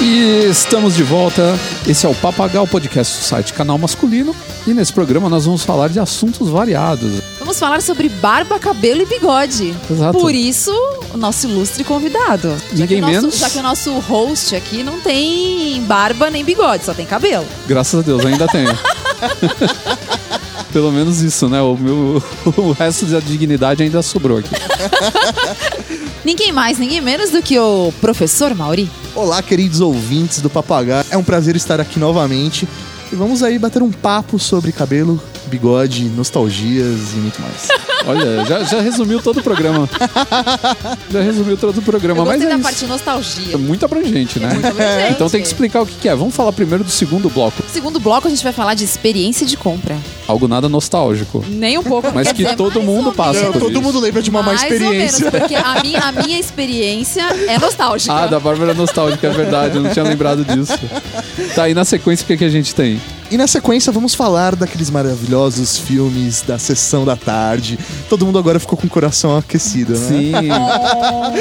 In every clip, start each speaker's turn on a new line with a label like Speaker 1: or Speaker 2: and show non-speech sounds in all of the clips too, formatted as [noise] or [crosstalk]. Speaker 1: E estamos de volta. Esse é o Papagal Podcast do site Canal Masculino. E nesse programa nós vamos falar de assuntos variados.
Speaker 2: Vamos falar sobre barba, cabelo e bigode.
Speaker 1: Exato.
Speaker 2: Por isso, o nosso ilustre convidado. Já que
Speaker 1: Ninguém
Speaker 2: o nosso-
Speaker 1: menos.
Speaker 2: Já que o nosso host aqui não tem barba nem bigode, só tem cabelo.
Speaker 1: Graças a Deus, ainda
Speaker 2: [laughs]
Speaker 1: tenho. Pelo menos isso, né? O, meu, o resto da dignidade ainda sobrou aqui.
Speaker 2: Ninguém mais, ninguém menos do que o professor Mauri.
Speaker 3: Olá, queridos ouvintes do Papagaio. É um prazer estar aqui novamente. E vamos aí bater um papo sobre cabelo, bigode, nostalgias e muito mais. [laughs]
Speaker 1: Olha, já, já resumiu todo o programa. Já resumiu todo o programa.
Speaker 2: Eu
Speaker 1: Mas
Speaker 2: gostei
Speaker 1: é
Speaker 2: da
Speaker 1: isso.
Speaker 2: parte
Speaker 1: É
Speaker 2: nostalgia.
Speaker 1: muito abrangente, né?
Speaker 2: Muito
Speaker 1: [laughs]
Speaker 2: abrangente.
Speaker 1: Então tem que explicar o que que é. Vamos falar primeiro do segundo bloco.
Speaker 2: Segundo bloco, a gente vai falar de experiência de compra.
Speaker 1: Algo nada nostálgico.
Speaker 2: Nem um pouco.
Speaker 1: Mas
Speaker 2: quer
Speaker 1: que
Speaker 2: dizer,
Speaker 1: todo
Speaker 2: mais
Speaker 1: mundo
Speaker 2: ou
Speaker 1: passa
Speaker 2: menos.
Speaker 1: por
Speaker 3: todo
Speaker 1: isso.
Speaker 3: mundo lembra de uma má
Speaker 2: mais
Speaker 3: experiência.
Speaker 2: Ou menos, porque a minha, a minha experiência é nostálgica.
Speaker 1: Ah, da Bárbara Nostálgica, é verdade. Eu não tinha lembrado disso. Tá, e na sequência o que, que a gente tem?
Speaker 3: E na sequência vamos falar daqueles maravilhosos filmes da sessão da tarde. Todo mundo agora ficou com o coração aquecido, né?
Speaker 1: Sim.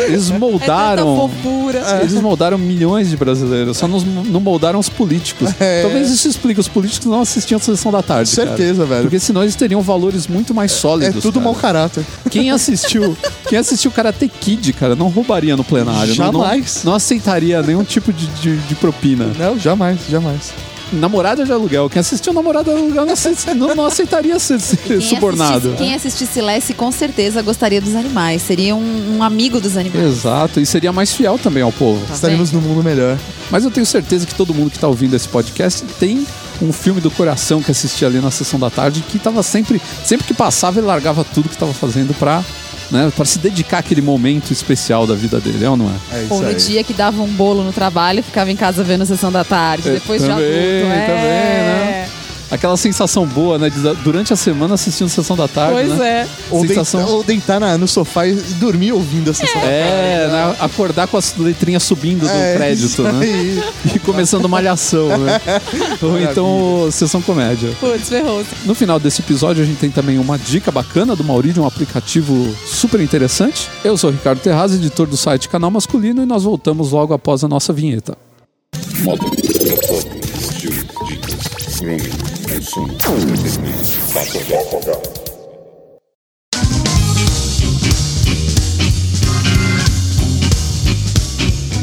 Speaker 1: Eles
Speaker 2: é tanta É.
Speaker 1: moldaram.
Speaker 2: fofura.
Speaker 1: Eles moldaram milhões de brasileiros, só nos- não moldaram os políticos.
Speaker 3: É.
Speaker 1: Talvez isso explique, os políticos não assistiam a Sessão da Tarde. cara.
Speaker 3: Certeza, velho.
Speaker 1: Porque senão eles teriam valores muito mais
Speaker 3: É
Speaker 1: sólidos.
Speaker 3: tudo
Speaker 1: cara.
Speaker 3: mau caráter.
Speaker 1: Quem assistiu, quem assistiu Karate Kid, cara, não roubaria no plenário. não- não-
Speaker 3: Jamais.
Speaker 1: Não, aceitaria nenhum tipo de, de- de propina.
Speaker 3: Não, jamais, jamais.
Speaker 1: Namorada de aluguel. Quem assistiu namorada de aluguel não, acei- [laughs] não- não aceitaria ser, ser [laughs]
Speaker 2: Quem
Speaker 1: subornado.
Speaker 2: Assistisse, quem assistisse Lessie com certeza gostaria dos animais. Seria um, um amigo dos animais.
Speaker 1: Exato, e seria mais fiel também ao povo.
Speaker 2: Tá
Speaker 3: Estaremos num mundo melhor.
Speaker 1: Mas eu tenho certeza que todo mundo que tá ouvindo esse podcast tem um filme do coração que assistia ali na sessão da tarde que tava sempre, sempre que passava ele largava tudo que tava fazendo pra, né, pra se dedicar àquele momento especial da vida dele, é ou não é?
Speaker 3: É isso
Speaker 2: Ou no
Speaker 3: aí.
Speaker 2: dia que dava um bolo no trabalho, ficava em casa vendo a sessão da tarde,
Speaker 1: É,
Speaker 2: depois de
Speaker 1: também,
Speaker 2: adulto. É.
Speaker 1: também, né? Aquela sensação boa, né, de da- durante a semana assistindo sessão da tarde,
Speaker 2: Pois
Speaker 1: né?
Speaker 2: é.
Speaker 3: Ou,
Speaker 1: Sensação-
Speaker 3: deitar, ou deitar na- no sofá e dormir ouvindo a sessão da
Speaker 1: É, né, acordar com as letrinhas subindo do
Speaker 3: É,
Speaker 1: crédito,
Speaker 3: isso
Speaker 1: né?
Speaker 3: aí.
Speaker 1: E começando malhação, né? Ou então sessão comédia.
Speaker 2: Putz, ferrou.
Speaker 1: No final desse episódio, a gente tem também uma dica bacana do Mauri de um aplicativo super interessante. Eu sou o Ricardo Terraz, editor do site Canal Masculino, e nós voltamos logo após a nossa vinheta.
Speaker 4: Moda, foto, estilo, dicas, grooming, consumo, entretenimento, papagaio.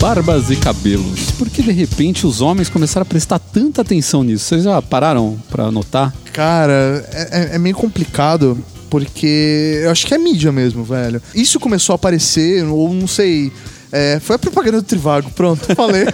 Speaker 1: Barbas e cabelos. Por que de repente os homens começaram a prestar tanta atenção nisso? Vocês já pararam pra notar?
Speaker 3: Cara, é, é- é meio complicado. Porque eu acho que é mídia mesmo, velho. Isso começou a aparecer, ou não sei. é, foi a propaganda do Trivago, pronto, [laughs] falei.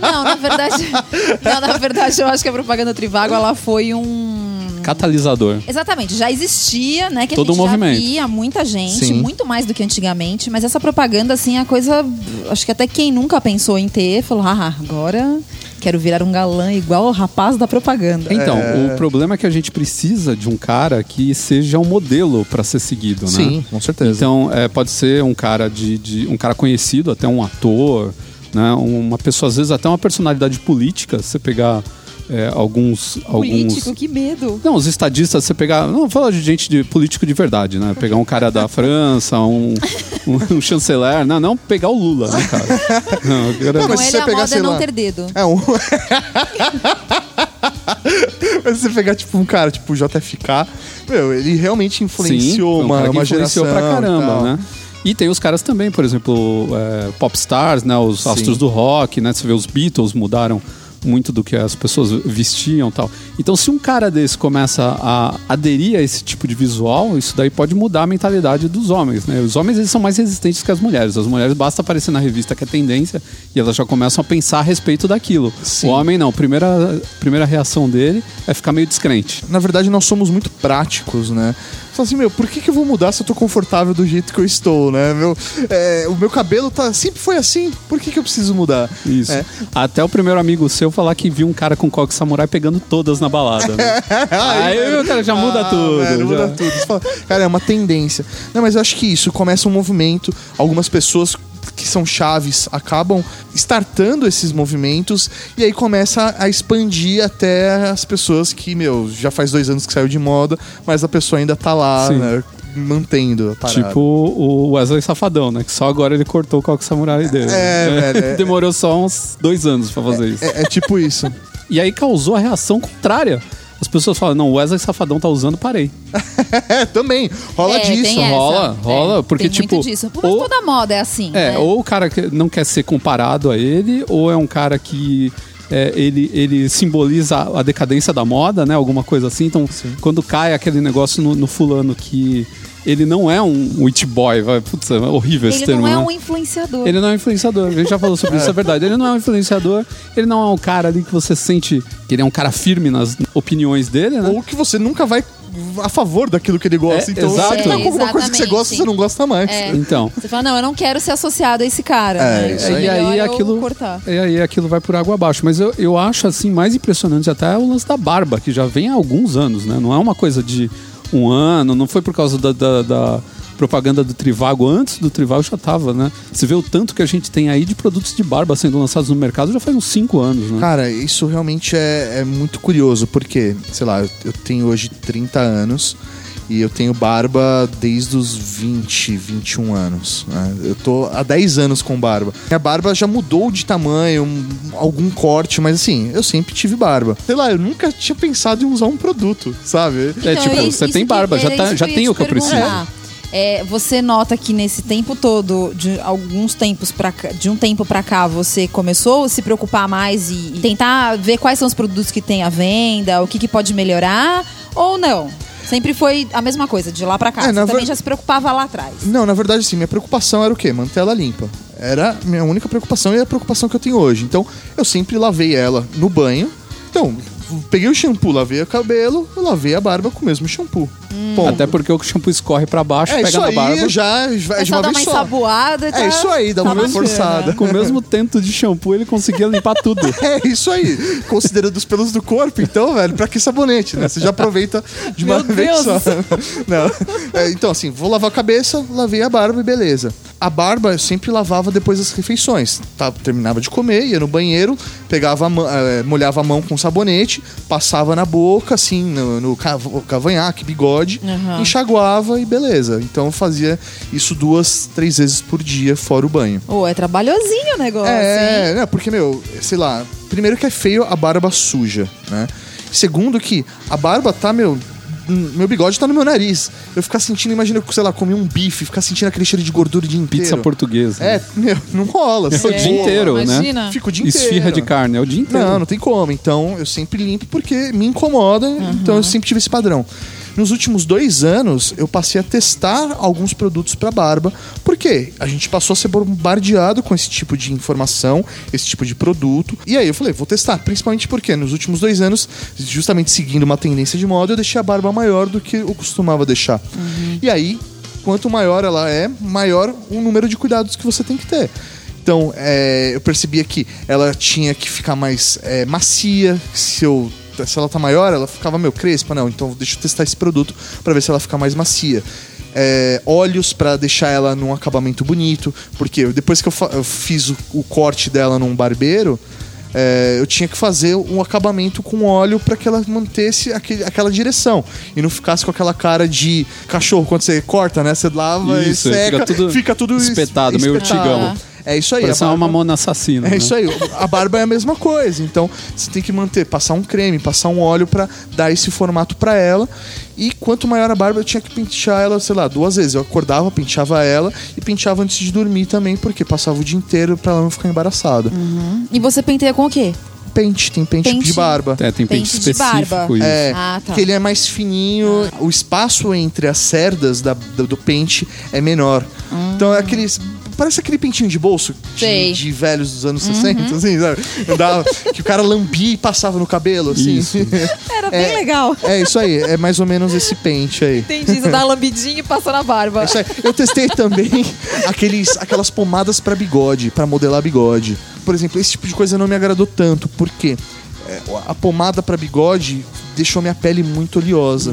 Speaker 2: Não, na verdade. [laughs] não, na verdade, eu acho que a propaganda Trivago ela foi um.
Speaker 1: Catalisador.
Speaker 2: Exatamente, já existia, né? Que
Speaker 1: Todo
Speaker 2: a gente
Speaker 1: um movimento.
Speaker 2: já via muita gente,
Speaker 3: Sim.
Speaker 2: muito mais do que antigamente, mas essa propaganda, assim, é a coisa. Acho que até quem nunca pensou em ter falou, ah, agora quero virar um galã igual o rapaz da propaganda.
Speaker 1: Então, o problema é que a gente precisa de um cara que seja um modelo pra ser seguido, né?
Speaker 3: Sim, com certeza.
Speaker 1: Então, é, pode ser um cara de, de- um cara conhecido, até um ator, né? Uma pessoa às vezes até uma personalidade política. Se você pegar é, alguns,
Speaker 2: Político,
Speaker 1: alguns
Speaker 2: que medo.
Speaker 1: não, os estadistas, você pegar. Não, fala de gente de político de verdade, né? Pegar um cara da França, um, um, um chanceler. Não, não pegar o Lula, né,
Speaker 3: [laughs]
Speaker 1: cara? Não, eu quero-
Speaker 3: Não,
Speaker 2: Com
Speaker 3: mas se
Speaker 2: ele
Speaker 3: você
Speaker 2: a
Speaker 3: pegar,
Speaker 2: moda é
Speaker 3: sei
Speaker 2: não
Speaker 3: lá-
Speaker 2: ter dedo.
Speaker 3: É um. [laughs] Mas se você pegar, tipo, um cara, tipo, JFK, meu, ele realmente influenciou
Speaker 1: foi um
Speaker 3: uma,
Speaker 1: cara que
Speaker 3: uma
Speaker 1: influenciou
Speaker 3: geração.
Speaker 1: pra caramba,
Speaker 3: e tal.
Speaker 1: né? E tem os caras também, por exemplo, é, popstars, né? Os
Speaker 3: Sim.
Speaker 1: astros do rock, né? Você vê os Beatles mudaram muito do que as pessoas vestiam e tal. Então, se um cara desse começa a aderir a esse tipo de visual, isso daí pode mudar a mentalidade dos homens, né? Os homens, eles são mais resistentes que as mulheres. As mulheres, basta aparecer na revista que é tendência e elas já começam a pensar a respeito daquilo.
Speaker 3: Sim.
Speaker 1: O homem, não. Primeira, primeira reação dele é ficar meio descrente.
Speaker 3: Na verdade, nós somos muito práticos, né? Fala assim, meu, por que, que eu vou mudar se eu tô confortável do jeito que eu estou, né? Meu, é, o meu cabelo tá, sempre foi assim, por que, que eu preciso mudar?
Speaker 1: Isso.
Speaker 3: É. [laughs]
Speaker 1: Até o primeiro amigo seu falar que viu um cara com coque samurai pegando todas na balada.
Speaker 3: [laughs]
Speaker 1: né?
Speaker 3: É.
Speaker 1: Aí, o cara já muda
Speaker 3: Ah,
Speaker 1: tudo.
Speaker 3: velho,
Speaker 1: já.
Speaker 3: muda tudo. Você fala, cara, é uma tendência. Não, mas eu acho que isso começa um movimento. Algumas pessoas que são chaves acabam startando esses movimentos e aí começa a expandir até as pessoas que, meu, já faz dois anos que saiu de moda, mas a pessoa ainda tá lá,
Speaker 1: Sim.
Speaker 3: né? mantendo a parada.
Speaker 1: Tipo o Wesley Safadão, né? Que só agora ele cortou o coque samurai dele. né?
Speaker 3: É, velho,
Speaker 1: [laughs]
Speaker 3: é-
Speaker 1: Demorou só uns dois anos pra fazer isso.
Speaker 3: É, é tipo isso. [laughs]
Speaker 1: E aí causou a reação contrária. As pessoas falam, não, o Wesley Safadão tá usando, parei.
Speaker 3: é, também. Rola
Speaker 2: É,
Speaker 3: disso.
Speaker 2: tem essa.
Speaker 1: rola, rola,
Speaker 2: É,
Speaker 1: porque,
Speaker 2: tem
Speaker 1: tipo,
Speaker 2: Muito disso. Mas
Speaker 1: ou-
Speaker 2: toda moda é assim.
Speaker 1: É,
Speaker 2: né?
Speaker 1: ou o cara que não quer ser comparado a ele, ou é um cara que é, ele, ele simboliza a decadência da moda, né? Alguma coisa assim. Então, quando cai aquele negócio no, no fulano que ele não é um it boy, vai, putz, é horrível esse
Speaker 2: Ele
Speaker 1: termo,
Speaker 2: não é
Speaker 1: né?
Speaker 2: um influenciador.
Speaker 1: Ele não é um influenciador, a gente já falou
Speaker 2: [laughs]
Speaker 1: sobre isso, é verdade. Ele não é um influenciador, ele não é um cara ali que você sente que ele é um cara firme nas opiniões dele, né?
Speaker 3: Ou que você nunca vai a favor daquilo que ele gosta.
Speaker 1: É,
Speaker 3: então,
Speaker 1: exato.
Speaker 3: se tem alguma coisa que você
Speaker 2: Exatamente.
Speaker 3: gosta, você não gosta mais.
Speaker 2: É.
Speaker 1: Então.
Speaker 2: Você fala, não, eu não quero ser associado a esse cara.
Speaker 3: É,
Speaker 2: né?
Speaker 3: isso
Speaker 2: É
Speaker 1: É, E
Speaker 2: melhor
Speaker 1: aí
Speaker 2: eu
Speaker 1: aquilo,
Speaker 2: cortar.
Speaker 1: e aí aquilo vai por água abaixo. Mas eu, eu acho assim mais impressionante até o lance da barba, que já vem há alguns anos, né? Não é uma coisa de um ano, não foi por causa da, da- da propaganda do Trivago. Antes do Trivago já tava, né? Você vê o tanto que a gente tem aí de produtos de barba sendo lançados no mercado já faz uns 5 anos, né?
Speaker 3: Cara, isso realmente é, é muito curioso, porque, sei lá, eu, eu tenho hoje 30 anos e eu tenho barba desde os 20, 21 anos. né? Eu tô há 10 anos com barba. Minha barba já mudou de tamanho, um- algum corte, mas assim, eu sempre tive barba. Sei lá, eu nunca tinha pensado em usar um produto, sabe?
Speaker 1: É
Speaker 2: Então,
Speaker 1: tipo,
Speaker 2: é
Speaker 1: você
Speaker 2: isso
Speaker 1: tem
Speaker 2: que-
Speaker 1: barba, já,
Speaker 2: era
Speaker 1: tá-
Speaker 2: isso
Speaker 1: já
Speaker 2: eu ia
Speaker 1: tem
Speaker 2: te
Speaker 1: o que eu preciso.
Speaker 2: perguntar. É, você nota que nesse tempo todo, de alguns tempos para de um tempo pra cá, você começou a se preocupar mais e, e tentar ver quais são os produtos que tem à venda, o que, que pode melhorar ou não? Sempre foi a mesma coisa de lá pra cá.
Speaker 3: É,
Speaker 2: você
Speaker 3: na
Speaker 2: também
Speaker 3: ver-
Speaker 2: já se preocupava lá atrás.
Speaker 3: Não, na verdade, sim, minha preocupação era o quê? Manter ela limpa. Era a minha única preocupação e é a preocupação que eu tenho hoje. Então, eu sempre lavei ela no banho. Então, peguei o shampoo, lavei o cabelo, eu lavei a barba com o mesmo shampoo. Ponto.
Speaker 1: Até porque o shampoo escorre pra baixo,
Speaker 3: Hum. é
Speaker 1: pega
Speaker 3: isso
Speaker 1: na
Speaker 3: aí,
Speaker 1: barba.
Speaker 3: já é
Speaker 2: É
Speaker 3: de
Speaker 2: só dar
Speaker 3: uma vez
Speaker 2: uma
Speaker 3: só.
Speaker 2: ensaboada e
Speaker 3: É isso aí, dá
Speaker 2: tá
Speaker 3: uma
Speaker 2: bacana.
Speaker 3: forçada.
Speaker 1: Com o mesmo tanto de shampoo, ele conseguia limpar
Speaker 3: [laughs]
Speaker 1: tudo.
Speaker 3: É isso aí. Considerando os pelos do corpo, então, velho, pra que sabonete, né? Você já aproveita de uma
Speaker 2: Meu
Speaker 3: vez
Speaker 2: Deus.
Speaker 3: só. Não. É, então, assim, vou lavar a cabeça, lavei a barba e beleza. A barba eu sempre lavava depois das refeições. Tá, terminava de comer, ia no banheiro, pegava a mão, eh, molhava a mão com sabonete, passava na boca, assim, no, no ca- cavanhaque, bigode,
Speaker 2: Aham.
Speaker 3: enxaguava e beleza. Então eu fazia isso duas, três vezes por dia, fora o banho.
Speaker 2: Ô, é trabalhosinho o negócio. hein?
Speaker 3: É, né, porque, meu, sei lá, primeiro que é feio a barba suja, né? Segundo que a barba tá, meu. hum, Meu bigode tá no meu nariz. Eu ficar sentindo, imagina, sei lá, comer um bife, ficar sentindo aquele cheiro de gordura o dia inteiro.
Speaker 1: Pizza portuguesa.
Speaker 3: É, meu, não rola.
Speaker 1: É o
Speaker 3: cebola.
Speaker 1: dia inteiro, né?
Speaker 2: imagina.
Speaker 3: Fica o dia inteiro.
Speaker 1: Esfirra de carne, é o dia inteiro.
Speaker 3: Não, não tem como. Então eu sempre limpo porque me incomoda, então eu sempre tive esse padrão. Nos últimos dois anos, eu passei a testar alguns produtos para barba, porque a gente passou a ser bombardeado com esse tipo de informação, esse tipo de produto. E aí eu falei, vou testar, principalmente porque nos últimos dois anos, justamente seguindo uma tendência de moda, eu deixei a barba maior do que eu costumava deixar.
Speaker 1: Uhum.
Speaker 3: E aí, quanto maior ela é, maior o número de cuidados que você tem que ter. Então, é, eu percebia que ela tinha que ficar mais é, macia. Se, eu, se ela tá maior, ela ficava meio crespa. Não, então deixa eu testar esse produto para ver se ela fica mais macia. É, olhos para deixar ela num acabamento bonito. Porque eu- depois que eu, fa- eu fiz o, o corte dela num barbeiro, é, eu tinha que fazer um acabamento com óleo para que ela mantesse aquele- aquela direção e não ficasse com aquela cara de cachorro quando você corta, né? Você lava
Speaker 1: Isso,
Speaker 3: e seca,
Speaker 1: fica tudo
Speaker 3: es-
Speaker 1: espetado, meio
Speaker 2: urtigão.
Speaker 3: É isso aí.
Speaker 1: Parece
Speaker 3: a
Speaker 1: uma
Speaker 3: barba-
Speaker 1: mamona assassina.
Speaker 3: É
Speaker 1: né?
Speaker 3: isso aí. A barba é a mesma coisa. Então, você tem que manter, passar um creme, passar um óleo para dar esse formato para ela. E quanto maior a barba, eu tinha que pentear ela, sei lá, duas vezes. Eu acordava, penteava ela e penteava antes de dormir também, porque passava o dia inteiro para ela não ficar embaraçada.
Speaker 2: E você penteia com o quê?
Speaker 3: Pente, tem pente,
Speaker 2: Pente.
Speaker 3: de barba.
Speaker 1: É, tem pente
Speaker 2: Pente de barba.
Speaker 1: específico. Isso.
Speaker 3: É,
Speaker 2: Ah, tá. Ah.
Speaker 3: que ele é mais fininho, o espaço entre as cerdas da- do, do pente é menor. Então é aquele. Parece aquele pentinho de bolso de,
Speaker 2: Hum. Sei. Uhum.
Speaker 3: de velhos dos anos 60, assim, sabe? Andava, que o cara lambia e passava no cabelo, assim.
Speaker 1: Isso.
Speaker 2: Era bem legal.
Speaker 3: [laughs] É isso aí, é mais ou menos esse pente aí.
Speaker 2: Entendi, você dá uma lambidinha e passa na barba.
Speaker 3: É isso aí. Eu testei também aqueles, aquelas pomadas pra bigode, pra modelar bigode. Por exemplo, esse tipo de coisa não me agradou tanto, porque é, a pomada pra bigode deixou minha pele muito oleosa.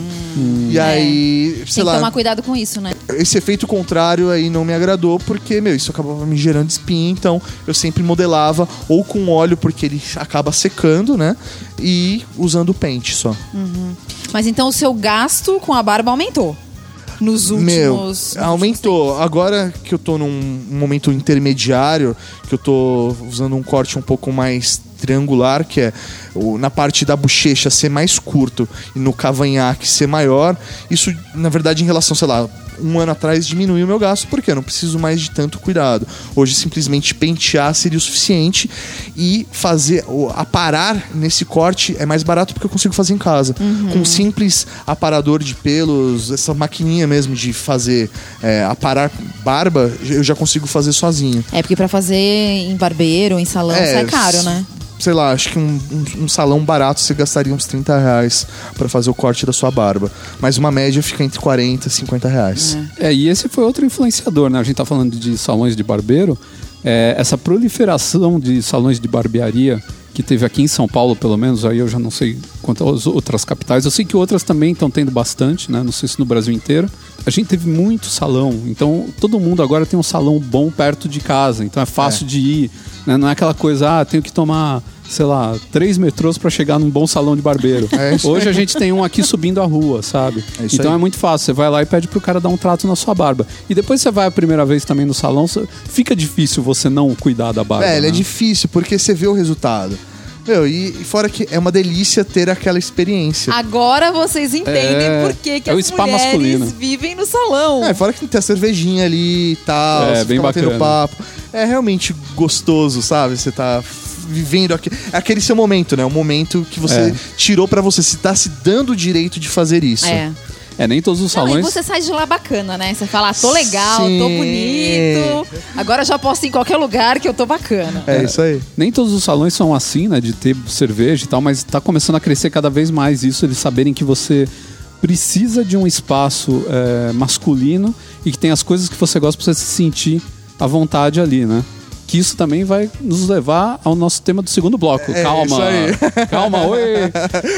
Speaker 3: E aí, sei
Speaker 2: É. Tem que
Speaker 3: lá,
Speaker 2: tomar cuidado com isso, né?
Speaker 3: esse efeito contrário aí não me agradou, porque, meu, isso acabava me gerando espinha, então eu sempre modelava ou com óleo, porque ele acaba secando, né? E usando pente só.
Speaker 2: Mas então o seu gasto com a barba aumentou. nos
Speaker 3: Meu,
Speaker 2: últimos.
Speaker 3: aumentou. Agora que eu tô num momento intermediário, que eu tô usando um corte um pouco mais triangular, que é o- na parte da bochecha ser mais curto e no cavanhaque ser maior, isso, na verdade, em relação, sei lá, um ano atrás diminuiu o meu gasto, porque eu não preciso mais de tanto cuidado. Hoje, simplesmente pentear seria o suficiente e fazer, o- aparar nesse corte é mais barato porque eu consigo fazer em casa. Com um simples aparador de pelos, essa maquininha mesmo de fazer, é, aparar barba, eu já consigo fazer sozinho.
Speaker 2: É porque pra fazer em barbeiro, em salão,
Speaker 3: É,
Speaker 2: sai caro,
Speaker 3: s-
Speaker 2: né?
Speaker 3: Sei lá, acho que um, um- um salão barato você gastaria uns 30 reais pra fazer o corte da sua barba. Mas uma média fica entre 40 e 50 reais.
Speaker 1: É, e esse foi outro influenciador, né? A gente tá falando de salões de barbeiro. É, essa proliferação de salões de barbearia que teve aqui em São Paulo, pelo menos, aí eu já não sei quantas outras capitais. Eu sei que outras também estão tendo bastante, né? Não sei se no Brasil inteiro. A gente teve muito salão, então todo mundo agora tem um salão bom perto de casa, então é fácil de ir. né? Não é aquela coisa, ah, tenho que tomar, sei lá, três metrôs para chegar num bom salão de barbeiro.
Speaker 3: É isso
Speaker 1: Hoje a gente tem um aqui subindo a rua, sabe?
Speaker 3: É isso
Speaker 1: então
Speaker 3: aí.
Speaker 1: é muito fácil. Você vai lá e pede pro cara dar um trato na sua barba. E depois você vai a primeira vez também no salão, cê- fica difícil você não cuidar da barba.
Speaker 3: Velho, é
Speaker 1: né?
Speaker 3: difícil, porque você vê o resultado. Meu, e, e fora que é uma delícia ter aquela experiência.
Speaker 2: Agora vocês entendem
Speaker 1: É,
Speaker 2: por que, que
Speaker 1: é o
Speaker 2: as
Speaker 1: spa
Speaker 2: mulheres
Speaker 1: masculino.
Speaker 2: vivem no salão.
Speaker 3: É, fora que tem a cervejinha ali e tal,
Speaker 1: É,
Speaker 3: você
Speaker 1: bem
Speaker 3: fica batendo
Speaker 1: bacana.
Speaker 3: papo. É realmente gostoso, sabe? Você tá vivendo aque- aquele seu momento, né? O momento que você
Speaker 1: É.
Speaker 3: tirou pra você, se tá se dando o direito de fazer isso.
Speaker 2: É.
Speaker 1: É, nem todos os
Speaker 2: Não, e
Speaker 1: salões.
Speaker 2: você sai de lá bacana, né? Você fala, ah, tô legal, tô
Speaker 3: Sim.
Speaker 2: bonito. Agora eu já posso ir em qualquer lugar que eu tô bacana.
Speaker 3: É isso aí.
Speaker 1: Nem todos os salões são assim, né? De ter cerveja e tal, mas tá começando a crescer cada vez mais isso, eles saberem que você precisa de um espaço é, masculino e que tem as coisas que você gosta pra você se sentir à vontade ali, né? Que isso também vai nos levar ao nosso tema do segundo bloco.
Speaker 3: É,
Speaker 1: calma,
Speaker 3: isso
Speaker 1: [laughs] calma, oi!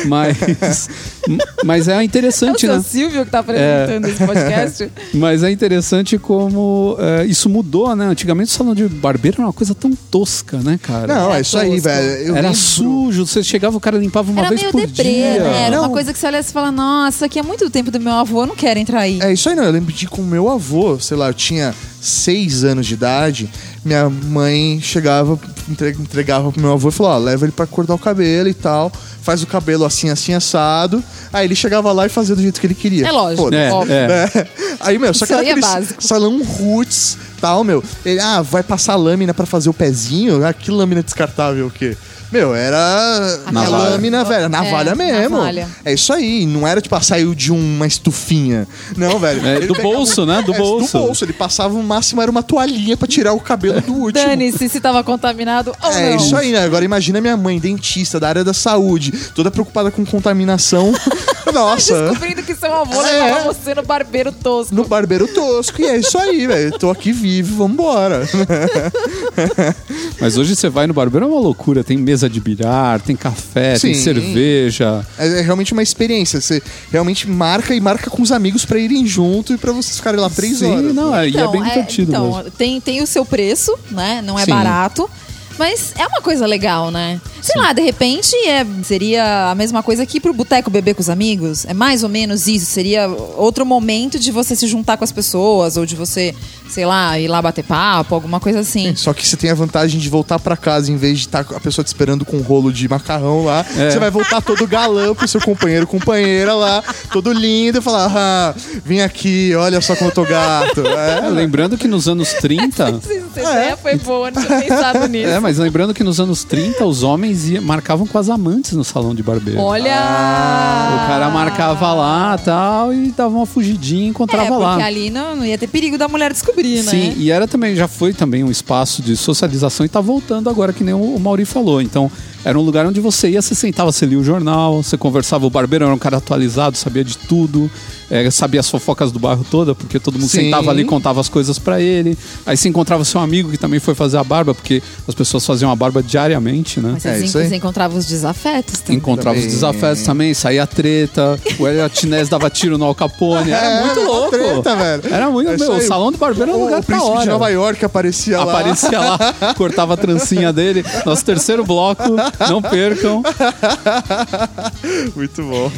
Speaker 1: Mas, [laughs] mas é
Speaker 2: É o
Speaker 1: interessante,
Speaker 2: seu
Speaker 1: né?
Speaker 2: Silvio que tá apresentando
Speaker 3: É.
Speaker 2: esse
Speaker 3: [laughs]
Speaker 2: podcast.
Speaker 1: Mas é interessante como é, isso mudou, né? Antigamente o salão de barbeiro era uma coisa tão tosca, né, cara?
Speaker 3: Não,
Speaker 2: Era
Speaker 3: é isso aí,
Speaker 2: tosco.
Speaker 3: velho. Eu
Speaker 1: era
Speaker 3: lembro-
Speaker 1: sujo, você chegava, o cara limpava uma
Speaker 2: Era
Speaker 1: vez
Speaker 2: meio
Speaker 1: por
Speaker 2: deprê,
Speaker 1: dia.
Speaker 2: né? Era uma
Speaker 3: Não.
Speaker 2: coisa que você olha e você fala, nossa, isso aqui é muito do tempo do meu avô, eu não quero entrar aí.
Speaker 1: tipo,
Speaker 3: É isso aí, não. Eu lembro de com meu avô, sei lá, eu tinha seis anos de idade, minha mãe chegava, entre- entregava pro meu avô e falou: ó, leva ele pra cortar o cabelo e tal, faz o cabelo assim, assim, assado. Aí ele chegava lá e fazia do jeito que ele queria.
Speaker 2: É lógico,
Speaker 3: Foda-se.
Speaker 1: É,
Speaker 2: óbvio.
Speaker 1: é.
Speaker 3: É. Aí, meu, só que
Speaker 2: Isso
Speaker 3: era
Speaker 2: aí é
Speaker 3: aquele
Speaker 2: básico.
Speaker 3: salão roots, tal, meu. Ele, ah, vai passar lâmina pra fazer o pezinho? Ah, que lâmina descartável o quê? Meu, era a
Speaker 1: Navalha.
Speaker 3: lâmina, velho, navalha
Speaker 2: É,
Speaker 3: mesmo.
Speaker 2: navalha.
Speaker 3: É isso aí, não era tipo, ah, saiu de uma estufinha. Não,
Speaker 1: [laughs]
Speaker 3: velho.
Speaker 1: É,
Speaker 3: Ele
Speaker 1: do
Speaker 3: pegava-
Speaker 1: bolso, né? Do
Speaker 3: É,
Speaker 1: bolso.
Speaker 3: Do bolso, ele passava o máximo, era uma toalhinha pra tirar o cabelo do último.
Speaker 2: Dane-se se tava contaminado ou
Speaker 3: É
Speaker 2: não.
Speaker 3: isso aí, né? Agora imagina minha mãe, dentista da área da saúde, toda preocupada
Speaker 2: [laughs]
Speaker 3: com contaminação. Nossa.
Speaker 2: Tá Descobrindo que seu avô levava
Speaker 3: É.
Speaker 2: você no barbeiro tosco.
Speaker 3: No barbeiro tosco, e é isso aí, velho. Tô aqui vivo, vambora.
Speaker 1: Mas hoje você vai no barbeiro, é uma loucura. Tem mesa de bilhar, tem café, tem
Speaker 3: Sim.
Speaker 1: cerveja.
Speaker 3: É, é realmente uma experiência. Você realmente marca e marca com os amigos pra irem junto e pra vocês ficarem lá três
Speaker 1: Sim,
Speaker 3: horas. né?
Speaker 1: não, é, e é bem divertido
Speaker 2: então,
Speaker 1: mesmo.
Speaker 2: Tem, tem o seu preço, né? Não é
Speaker 1: Sim.
Speaker 2: barato. Mas é uma coisa legal, né? Sei lá, de repente é, seria a mesma coisa que ir pro boteco beber com os amigos. É mais ou menos isso. Seria outro momento de você se juntar com as pessoas ou de você, sei lá, ir lá bater papo, alguma coisa assim.
Speaker 3: Só que você tem a vantagem de voltar pra casa em vez de estar a pessoa te esperando com um rolo de macarrão lá.
Speaker 1: É.
Speaker 3: Você vai voltar todo galã pro seu companheiro, companheira lá, todo lindo, e falar: ah, vim aqui, olha só como eu tô gato.
Speaker 1: É,
Speaker 3: É.
Speaker 1: lembrando que nos
Speaker 2: [laughs]
Speaker 1: anos 30.
Speaker 2: Essa
Speaker 3: Ah,
Speaker 2: ideia foi boa, não tinha
Speaker 3: [laughs]
Speaker 2: pensado nisso.
Speaker 1: É, mas lembrando que nos anos 30 os homens ia- marcavam com as amantes no salão de barbeiro.
Speaker 2: Olha!
Speaker 3: Ah,
Speaker 1: O cara marcava lá tal e dava uma fugidinha e
Speaker 2: É,
Speaker 1: encontrava
Speaker 2: porque
Speaker 1: lá.
Speaker 2: ali não, não ia ter perigo da mulher descobrir, né?
Speaker 1: Sim, e era também, já foi também um espaço de socialização e tá voltando agora, que nem o o Mauri falou. Então, era um lugar onde você ia, você sentava, você lia o jornal, você conversava, o barbeiro era um cara atualizado, sabia de tudo, é, sabia as fofocas do bairro toda, porque todo mundo
Speaker 3: Sim.
Speaker 1: sentava ali e contava as coisas pra ele. Aí se encontrava seu amigo que também foi fazer a barba, porque as pessoas faziam a barba diariamente, né?
Speaker 2: Mas é,
Speaker 3: É, é isso
Speaker 2: Você
Speaker 3: aí?
Speaker 2: encontrava os desafetos também.
Speaker 1: Encontrava os
Speaker 3: Também. é.
Speaker 1: desafios também, saía treta, o Elliot Chinês dava tiro no Al Capone, era
Speaker 3: É,
Speaker 1: muito
Speaker 3: era uma
Speaker 1: louco.
Speaker 3: treta, velho.
Speaker 1: Era muito,
Speaker 3: É isso
Speaker 1: meu, o
Speaker 3: aí.
Speaker 1: salão do barbeiro era um
Speaker 3: O,
Speaker 1: lugar
Speaker 3: o
Speaker 1: pra
Speaker 3: príncipe de
Speaker 1: hora.
Speaker 3: Nova York aparecia lá.
Speaker 1: Aparecia lá, cortava a trancinha dele. Nosso terceiro bloco, não percam.
Speaker 3: [laughs] Muito bom.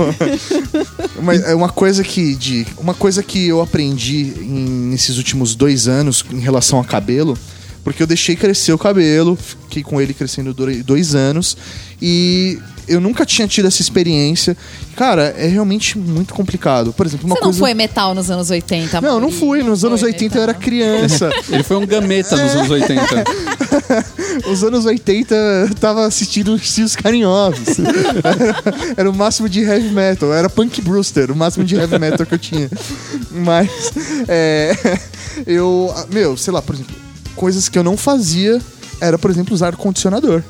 Speaker 3: Mas é uma coisa que de uma coisa que eu aprendi em- nesses últimos dois anos em relação a cabelo, porque eu deixei crescer o cabelo, fiquei com ele crescendo dura- dois anos e eu nunca tinha tido essa experiência. Cara, é realmente muito complicado. Por exemplo, uma
Speaker 2: Você não
Speaker 3: coisa.
Speaker 2: foi metal nos anos 80,
Speaker 3: Não, eu não
Speaker 2: Mauri?
Speaker 3: fui. Nos anos
Speaker 2: Foi então.
Speaker 3: 80 eu era
Speaker 2: metal. [laughs]
Speaker 3: criança.
Speaker 1: Ele foi um gameta nos anos
Speaker 3: É.
Speaker 1: 80.
Speaker 3: Os anos 80 eu tava assistindo os Tios Carinhosos. [laughs] Era- era o máximo de heavy metal. Era Punk Brewster, o máximo de heavy metal que eu tinha. Mas, é, [laughs] eu. Meu, sei lá, por exemplo, coisas que eu não fazia era, por exemplo, usar condicionador.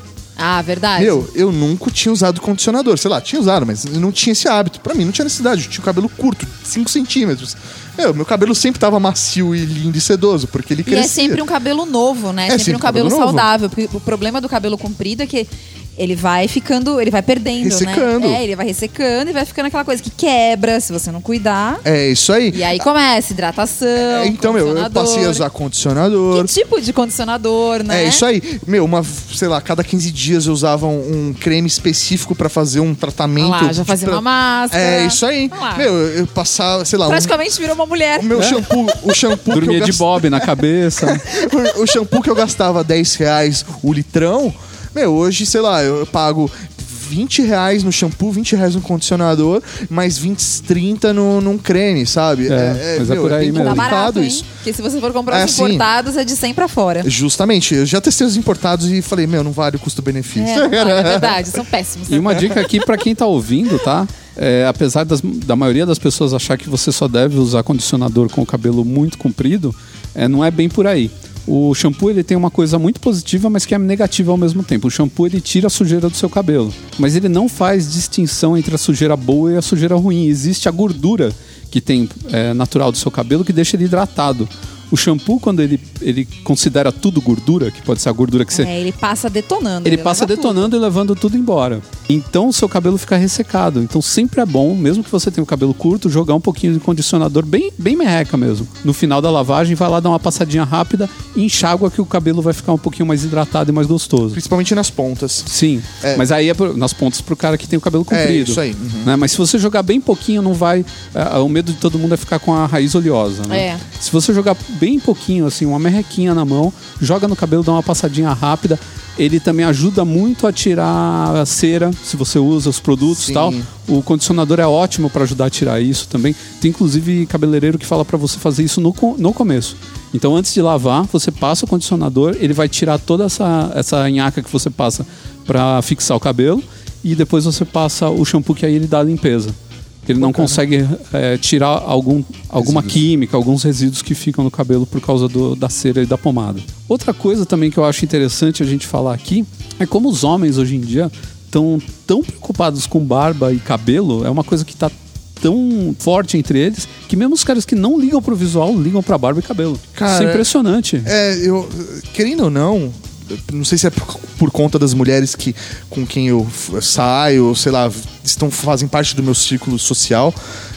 Speaker 2: Ah, verdade.
Speaker 3: Meu, eu nunca tinha usado condicionador. Sei lá, tinha usado, mas eu não tinha esse hábito. Pra mim, não tinha necessidade. Eu tinha o cabelo curto, 5 centímetros. Meu, meu cabelo sempre tava macio e lindo e sedoso, porque ele
Speaker 2: E
Speaker 3: crescia.
Speaker 2: é sempre um cabelo novo, né? É sempre,
Speaker 3: sempre
Speaker 2: um cabelo,
Speaker 3: cabelo novo.
Speaker 2: saudável. Porque o problema do cabelo comprido é que ele vai ficando, ele vai perdendo,
Speaker 3: Ressecando.
Speaker 2: né? É, ele vai ressecando e vai ficando aquela coisa que quebra se você não cuidar.
Speaker 3: É isso aí.
Speaker 2: E aí começa hidratação.
Speaker 3: É, então, meu, eu
Speaker 2: condicionador.
Speaker 3: passei a usar condicionador.
Speaker 2: Que tipo de condicionador, né?
Speaker 3: É isso aí. Meu, uma, sei lá, cada 15 dias eu usava um, um creme específico pra fazer um tratamento.
Speaker 2: Olha lá, já fazia
Speaker 3: Tipo,
Speaker 2: uma máscara.
Speaker 3: É isso aí.
Speaker 2: Olha lá.
Speaker 3: Meu, eu passava,
Speaker 1: então,
Speaker 3: sei lá, um-
Speaker 2: Praticamente virou uma mulher.
Speaker 3: o meu shampoo, o shampoo que eu
Speaker 1: É? Dormia de
Speaker 3: gast-
Speaker 1: bob na cabeça.
Speaker 3: [laughs] o shampoo que eu gastava 10 reais o litrão, meu, hoje, sei lá, eu pago 20 reais no shampoo, 20 reais no condicionador, mais 20, 30 no, num creme, sabe?
Speaker 1: É, mas é por aí
Speaker 3: bem
Speaker 1: mesmo.
Speaker 2: Tá
Speaker 1: complicado
Speaker 2: barato, hein?
Speaker 3: isso.
Speaker 2: Porque se você for comprar
Speaker 3: É
Speaker 2: os
Speaker 3: assim.
Speaker 2: importados, é de 100 pra fora.
Speaker 3: Justamente, eu já testei os importados e falei, meu, não vale o custo-benefício.
Speaker 1: [laughs]
Speaker 2: É, não, é verdade, são péssimos.
Speaker 1: E uma dica aqui pra quem tá ouvindo, tá? É, apesar das- da maioria das pessoas achar que você só deve usar condicionador com o cabelo muito comprido, é, não é bem por aí. O shampoo ele tem uma coisa muito positiva, mas que é negativa ao mesmo tempo. O shampoo ele tira a sujeira do seu cabelo, mas ele não faz distinção entre a sujeira boa e a sujeira ruim. Existe a gordura que tem é, natural do seu cabelo que deixa ele hidratado. O shampoo, quando ele, ele considera tudo gordura, que pode ser a gordura que você
Speaker 2: É, ele passa detonando.
Speaker 1: ele passa
Speaker 2: leva tudo.
Speaker 1: detonando e levando tudo embora. Então o seu cabelo fica ressecado. Então sempre é bom, mesmo que você tenha o cabelo curto, jogar um pouquinho de condicionador bem, bem merreca mesmo. No final da lavagem, vai lá dar uma passadinha rápida e enxágua que o cabelo vai ficar um pouquinho mais hidratado e mais gostoso.
Speaker 3: Principalmente nas pontas.
Speaker 1: Sim,
Speaker 3: É.
Speaker 1: mas aí é pro- nas pontas pro cara que tem o cabelo
Speaker 3: É,
Speaker 1: comprido.
Speaker 3: isso aí. Uhum.
Speaker 1: né? Mas se você jogar bem pouquinho, não vai. é, o medo de todo mundo é ficar com a raiz oleosa, né?
Speaker 2: É.
Speaker 1: Se você jogar bem pouquinho, assim, uma merrequinha na mão, joga no cabelo, dá uma passadinha rápida. Ele também ajuda muito a tirar a cera, se você usa os produtos e
Speaker 3: Sim.
Speaker 1: tal. O condicionador é ótimo para ajudar a tirar isso também. Tem inclusive cabeleireiro que fala para você fazer isso no, co- no começo. Então, antes de lavar, você passa o condicionador, ele vai tirar toda essa, essa nhaca que você passa para fixar o cabelo e depois você passa o shampoo que aí ele dá a limpeza. Ele não consegue é, tirar algum, alguma química, alguns resíduos que ficam no cabelo por causa do- da cera e da pomada. Outra coisa também que eu acho interessante a gente falar aqui é como os homens hoje em dia estão tão preocupados com barba e cabelo, é uma coisa que tá tão forte entre eles, que mesmo os caras que não ligam pro visual, ligam pra barba e cabelo.
Speaker 3: Cara,
Speaker 1: Isso é impressionante.
Speaker 3: É, eu. Querendo ou não, não sei se é por, por conta das mulheres que, com quem eu f- saio, sei lá, estão, fazem parte do meu círculo social,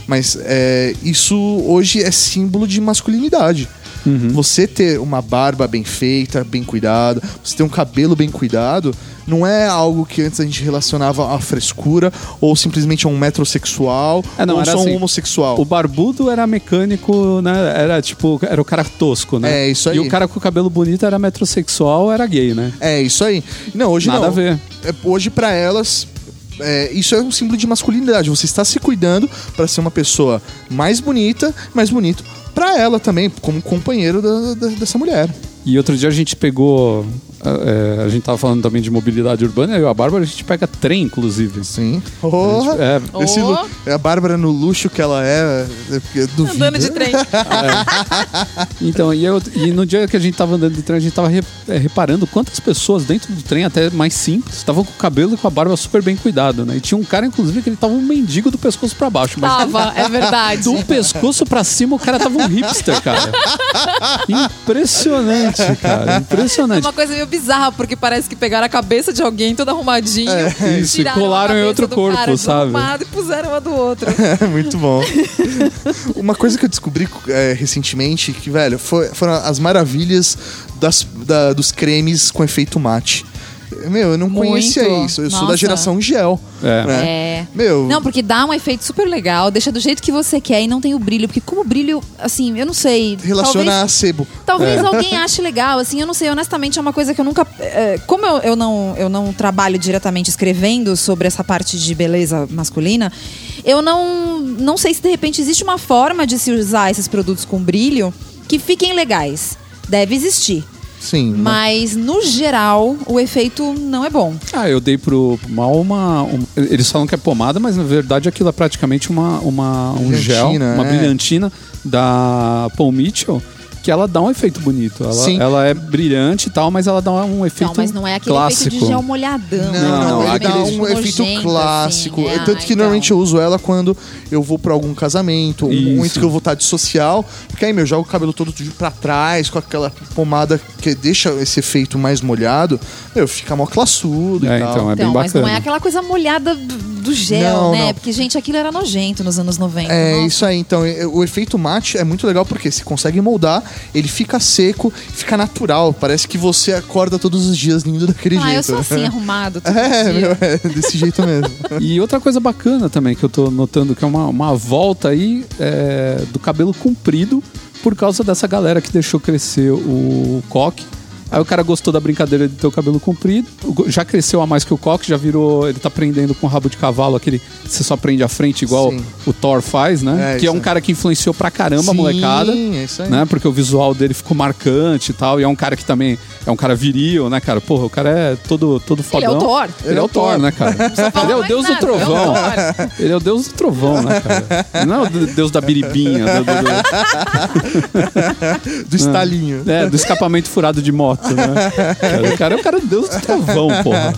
Speaker 3: mas é, isso hoje é símbolo de masculinidade.
Speaker 1: Uhum.
Speaker 3: Você ter uma barba bem feita, bem cuidada, você ter um cabelo bem cuidado, não é algo que antes a gente relacionava à frescura ou simplesmente a um metrosexual
Speaker 1: É, não,
Speaker 3: ou
Speaker 1: era
Speaker 3: só
Speaker 1: assim,
Speaker 3: um homossexual.
Speaker 1: O barbudo era mecânico, né? Era tipo, era o cara tosco, né?
Speaker 3: É, isso aí.
Speaker 1: E o cara com o cabelo bonito era metrosexual, era gay, né?
Speaker 3: É, isso aí. Não, hoje
Speaker 1: Nada
Speaker 3: não.
Speaker 1: a ver.
Speaker 3: É, hoje, pra elas, é, isso é um símbolo de masculinidade. Você está se cuidando pra ser uma pessoa mais bonita, mais bonito pra ela também, como companheiro da- da- dessa mulher.
Speaker 1: E outro dia a gente pegou. é, a gente tava falando também de mobilidade urbana, eu e a Bárbara, a gente pega trem, inclusive.
Speaker 3: Sim. Oh,
Speaker 1: É,
Speaker 3: esse lu- a Bárbara no luxo que ela é, é porque eu duvido.
Speaker 2: Andando de trem.
Speaker 1: Então, e, eu- e no dia que a gente tava andando de trem, a gente tava re- é, reparando quantas pessoas dentro do trem, até mais simples, estavam com o cabelo e com a barba super bem cuidado, né? E tinha um cara, inclusive, que ele tava um mendigo do pescoço pra baixo, mas
Speaker 2: Tava, é verdade.
Speaker 1: do pescoço pra cima o cara tava um hipster, cara. Impressionante, cara. Impressionante.
Speaker 2: Uma coisa meio bizarra, porque parece que pegaram a cabeça de alguém toda arrumadinho.
Speaker 1: É, isso, e
Speaker 2: tiraram a
Speaker 1: colaram em
Speaker 2: cabeça
Speaker 1: outro
Speaker 2: do
Speaker 1: corpo,
Speaker 2: cara,
Speaker 1: sabe?
Speaker 2: desarrumado, E puseram uma do outro.
Speaker 3: É [laughs] muito bom. Uma coisa que eu descobri é, recentemente, que, velho, foi- foram as maravilhas das- da- dos cremes com efeito mate. Meu, eu não
Speaker 2: Muito.
Speaker 3: conhecia isso. Eu sou da
Speaker 2: Nossa.
Speaker 3: geração gel.
Speaker 1: É.
Speaker 3: né?
Speaker 2: É.
Speaker 3: Meu,
Speaker 2: Não, porque dá um efeito super legal, deixa do jeito que você quer e não tem o brilho. Porque como o brilho, assim, eu não sei.
Speaker 3: relaciona
Speaker 2: talvez-
Speaker 3: a sebo. É.
Speaker 2: Talvez
Speaker 3: [laughs]
Speaker 2: alguém ache legal, assim, eu não sei, honestamente é uma coisa que eu nunca. é, como eu, eu, não, eu não trabalho diretamente escrevendo sobre essa parte de beleza masculina, eu não, não sei se de repente existe uma forma de se usar esses produtos com brilho que fiquem legais. Deve existir.
Speaker 3: Sim. né?
Speaker 2: Mas, no geral, o efeito não é bom.
Speaker 1: Ah, eu dei pro mal uma, um- Eles falam que é pomada, mas na verdade aquilo é praticamente uma, uma, um gel,
Speaker 3: Brilhantina,
Speaker 1: uma
Speaker 3: é.
Speaker 1: brilhantina da Paul Mitchell, que ela dá um efeito bonito. Ela,
Speaker 3: Sim.
Speaker 1: ela é brilhante e tal, mas ela dá um efeito
Speaker 2: Não, mas não é aquele
Speaker 1: clássico.
Speaker 2: efeito de gel molhadão.
Speaker 3: Não,
Speaker 2: né?
Speaker 3: não,
Speaker 1: não,
Speaker 2: Uma
Speaker 3: ele
Speaker 2: coisa
Speaker 3: dá
Speaker 2: meio
Speaker 3: um efeito
Speaker 2: nojenta,
Speaker 3: clássico.
Speaker 2: assim.
Speaker 3: É,
Speaker 2: Ah,
Speaker 3: tanto que
Speaker 2: então.
Speaker 3: normalmente eu uso ela quando eu vou pra algum casamento, um
Speaker 1: Isso.
Speaker 3: momento que eu vou estar de social. Porque aí, meu, jogo o cabelo todo de pra trás, com aquela pomada que deixa esse efeito mais molhado. Meu, fica mó classudo
Speaker 1: É,
Speaker 3: e tal.
Speaker 1: então, é bem
Speaker 2: Então, mas não é
Speaker 1: bacana.
Speaker 2: aquela coisa molhada do do gel,
Speaker 3: Não,
Speaker 2: né?
Speaker 3: não.
Speaker 2: Porque, gente, aquilo era nojento nos anos 90.
Speaker 3: É
Speaker 2: Nossa.
Speaker 3: isso aí, então e- o efeito mate é muito legal porque se consegue moldar, ele fica seco, fica natural, parece que você acorda todos os dias lindo daquele
Speaker 2: Ah,
Speaker 3: jeito.
Speaker 2: eu sou assim, arrumado. todo
Speaker 3: [laughs] É,
Speaker 2: dia.
Speaker 3: meu, é desse jeito mesmo.
Speaker 1: E outra coisa bacana também que eu tô notando, que é uma, uma volta aí é, do cabelo comprido por causa dessa galera que deixou crescer o coque. Aí o cara gostou da brincadeira de ter o cabelo comprido, go- já cresceu a mais que o coque, já virou. Ele tá prendendo com o rabo de cavalo, aquele que você só prende a frente, igual
Speaker 3: Sim.
Speaker 1: o Thor faz, né?
Speaker 3: É,
Speaker 1: que é
Speaker 3: isso
Speaker 1: um
Speaker 3: aí.
Speaker 1: cara que influenciou pra caramba a
Speaker 3: Sim,
Speaker 1: molecada.
Speaker 3: é isso aí.
Speaker 1: Né? Porque o visual dele ficou marcante e tal. E é um cara que também é um cara viril, né, cara? Porra, o cara é todo, todo fodão.
Speaker 2: é o Thor.
Speaker 1: Ele é o Thor, né, cara?
Speaker 2: falar
Speaker 1: Ele é o
Speaker 2: mais
Speaker 1: deus do
Speaker 2: nada,
Speaker 1: trovão.
Speaker 2: é o
Speaker 1: Ele é o deus do trovão, né, cara? Ele Não é o de- deus da biribinha, do, do-
Speaker 3: Do estalinho.
Speaker 1: do- é, do escapamento furado de moto, né? Cara, o cara é o cara do deus do trovão, porra.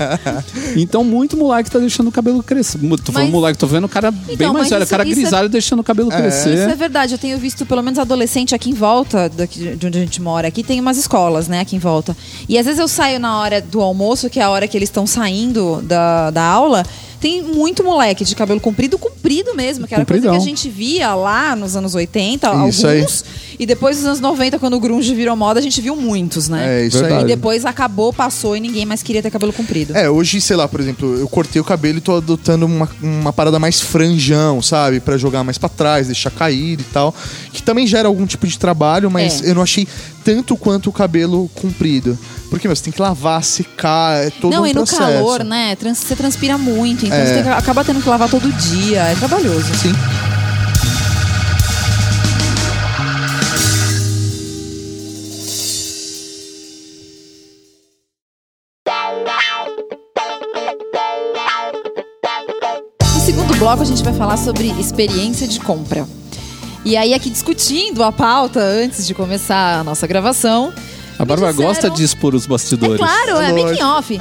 Speaker 1: Então, muito moleque tá deixando o cabelo crescer. Mu- Tô falando
Speaker 2: Mas-
Speaker 1: moleque, tô vendo o cara bem
Speaker 2: Então,
Speaker 1: mais
Speaker 2: mas
Speaker 1: velho, o
Speaker 2: isso-
Speaker 1: cara
Speaker 2: isso é-
Speaker 1: grisalho deixando o cabelo
Speaker 2: Isso é
Speaker 1: crescer.
Speaker 2: verdade. Eu tenho visto, pelo menos adolescente aqui em volta, daqui de onde a gente mora aqui, tem umas escolas, né, aqui em volta. E às vezes eu saio na hora do almoço, que é a hora que eles estão saindo da, da aula. Tem muito moleque de cabelo comprido, comprido mesmo, que era coisa
Speaker 1: Compridão.
Speaker 2: que a gente via lá nos anos 80,
Speaker 3: Isso aí.
Speaker 2: alguns. E depois dos anos 90, quando o grunge virou moda, a gente viu muitos, né?
Speaker 3: É, isso
Speaker 1: Verdade.
Speaker 2: E
Speaker 3: aí.
Speaker 2: depois acabou, passou e ninguém mais queria ter cabelo comprido.
Speaker 3: É, hoje, sei lá, por exemplo, eu cortei o cabelo e tô adotando uma, uma parada mais franjão, sabe? Pra jogar mais pra trás, deixar cair e tal. Que também gera algum tipo de trabalho, mas
Speaker 2: É.
Speaker 3: eu não achei tanto quanto o cabelo comprido. Porque, meu, você tem que lavar, secar, é todo
Speaker 2: não,
Speaker 3: um
Speaker 2: e no
Speaker 3: processo. É.
Speaker 2: calor, né? trans- você transpira muito, então você tem que- acaba tendo que lavar todo dia. É trabalhoso.
Speaker 3: Sim.
Speaker 2: No segundo bloco, a gente vai falar sobre experiência de compra. E aí, aqui discutindo a pauta antes de começar a nossa gravação.
Speaker 1: A Bárbara
Speaker 2: disseram-
Speaker 1: gosta de É. expor os
Speaker 2: É
Speaker 1: bastidores.
Speaker 2: claro, é
Speaker 3: Lógico.
Speaker 2: making off.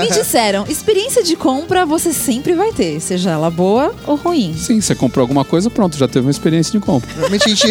Speaker 2: Me disseram, experiência de compra você sempre vai ter, seja ela boa ou ruim.
Speaker 1: Sim, você comprou alguma coisa, pronto, já teve uma experiência de compra.
Speaker 3: Normalmente a gente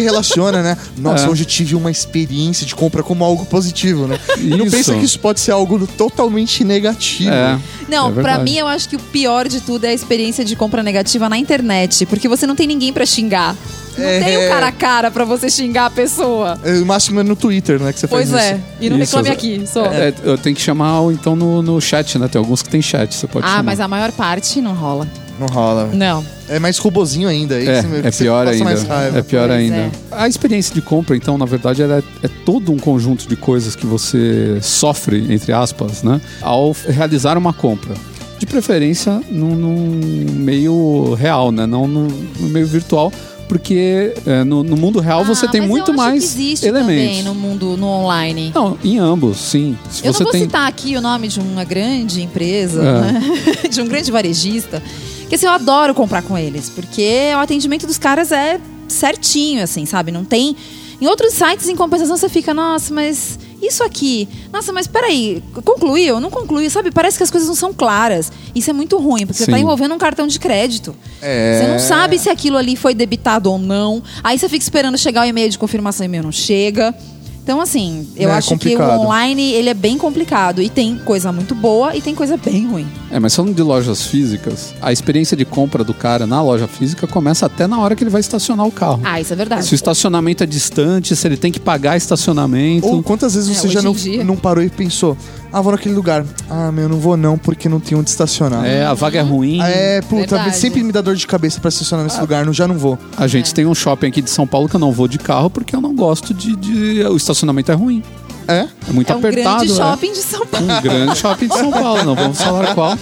Speaker 1: [laughs]
Speaker 3: relaciona, né? Nossa,
Speaker 1: É.
Speaker 3: hoje eu tive uma experiência de compra como algo positivo, né? E Não
Speaker 1: Isso.
Speaker 3: pensa que isso pode ser algo totalmente negativo.
Speaker 1: É.
Speaker 2: Não,
Speaker 1: É
Speaker 2: pra
Speaker 1: verdade.
Speaker 2: mim eu acho que o pior de tudo é a experiência de compra negativa na internet, porque você não tem ninguém pra xingar. Não
Speaker 3: É.
Speaker 2: tem o cara a cara pra você xingar a pessoa.
Speaker 3: É, O máximo é no Twitter, né? Que você
Speaker 2: Pois
Speaker 3: faz
Speaker 2: é,
Speaker 3: isso.
Speaker 2: e não
Speaker 1: Isso,
Speaker 2: reclame
Speaker 1: é-
Speaker 2: aqui, só.
Speaker 1: É, eu tenho que chamar ou então no, no chat, né? Tem alguns que tem chat, você pode
Speaker 2: Ah,
Speaker 1: chamar.
Speaker 2: mas a maior parte não rola.
Speaker 3: Não rola.
Speaker 2: Não.
Speaker 3: É mais robozinho ainda. aí
Speaker 1: É,
Speaker 3: que você-
Speaker 1: é
Speaker 3: você
Speaker 1: pior
Speaker 3: passa
Speaker 1: ainda.
Speaker 3: mais raiva.
Speaker 1: É pior
Speaker 2: Pois
Speaker 1: ainda.
Speaker 2: é.
Speaker 1: A experiência de compra, então, na verdade, ela é, é todo um conjunto de coisas que você sofre, entre aspas, né? Ao realizar uma compra. De preferência num, num meio real, né? Não no, no meio virtual, porque é, no, no mundo
Speaker 2: Ah,
Speaker 1: real você tem muito mais
Speaker 2: existe
Speaker 1: elementos.
Speaker 2: também no mundo no online.
Speaker 1: Não, em ambos, sim. Se
Speaker 2: Eu
Speaker 1: você
Speaker 2: não vou
Speaker 1: tem.
Speaker 2: citar aqui o nome de uma grande empresa,
Speaker 1: É.
Speaker 2: né? [laughs] de um grande varejista, que assim, eu adoro comprar com eles, porque o atendimento dos caras é certinho, assim, sabe? Não tem. Em outros sites, em compensação, você fica, nossa, mas isso aqui. Nossa, mas peraí, concluiu? Não concluiu, sabe? Parece que as coisas não são claras. Isso é muito ruim, porque você
Speaker 1: Sim.
Speaker 2: tá envolvendo um cartão de crédito.
Speaker 3: É.
Speaker 2: Você não sabe se aquilo ali foi debitado ou não. Aí você fica esperando chegar o e-mail de confirmação, o e-mail não chega. Então, assim, eu
Speaker 1: Né,
Speaker 3: É
Speaker 2: acho que
Speaker 3: complicado.
Speaker 2: o online ele é bem complicado. E tem coisa muito boa e tem coisa bem ruim.
Speaker 1: É, mas falando de lojas físicas, a experiência de compra do cara na loja física começa até na hora que ele vai estacionar o carro.
Speaker 2: Ah, isso é verdade.
Speaker 1: Se o estacionamento é distante, se ele tem que pagar estacionamento.
Speaker 3: Ou quantas vezes
Speaker 2: É,
Speaker 3: você
Speaker 2: hoje
Speaker 3: já
Speaker 2: em
Speaker 3: não,
Speaker 2: dia.
Speaker 3: não parou e pensou, ah, vou naquele lugar. Ah, meu, não vou não, porque não tem onde estacionar.
Speaker 1: É, a vaga é ruim.
Speaker 3: Ah, é puta,
Speaker 2: Verdade. Ah.
Speaker 3: sempre me dá dor de cabeça pra estacionar nesse lugar, não, já não vou.
Speaker 1: A gente tem um shopping aqui de São Paulo que eu não vou de carro porque eu não gosto de. de- O estacionamento é ruim.
Speaker 3: É?
Speaker 1: É muito
Speaker 2: é um
Speaker 1: apertado.
Speaker 2: grande
Speaker 1: é.
Speaker 2: shopping de São [laughs] Paulo.
Speaker 1: Um grande shopping de São Paulo, não vamos falar qual.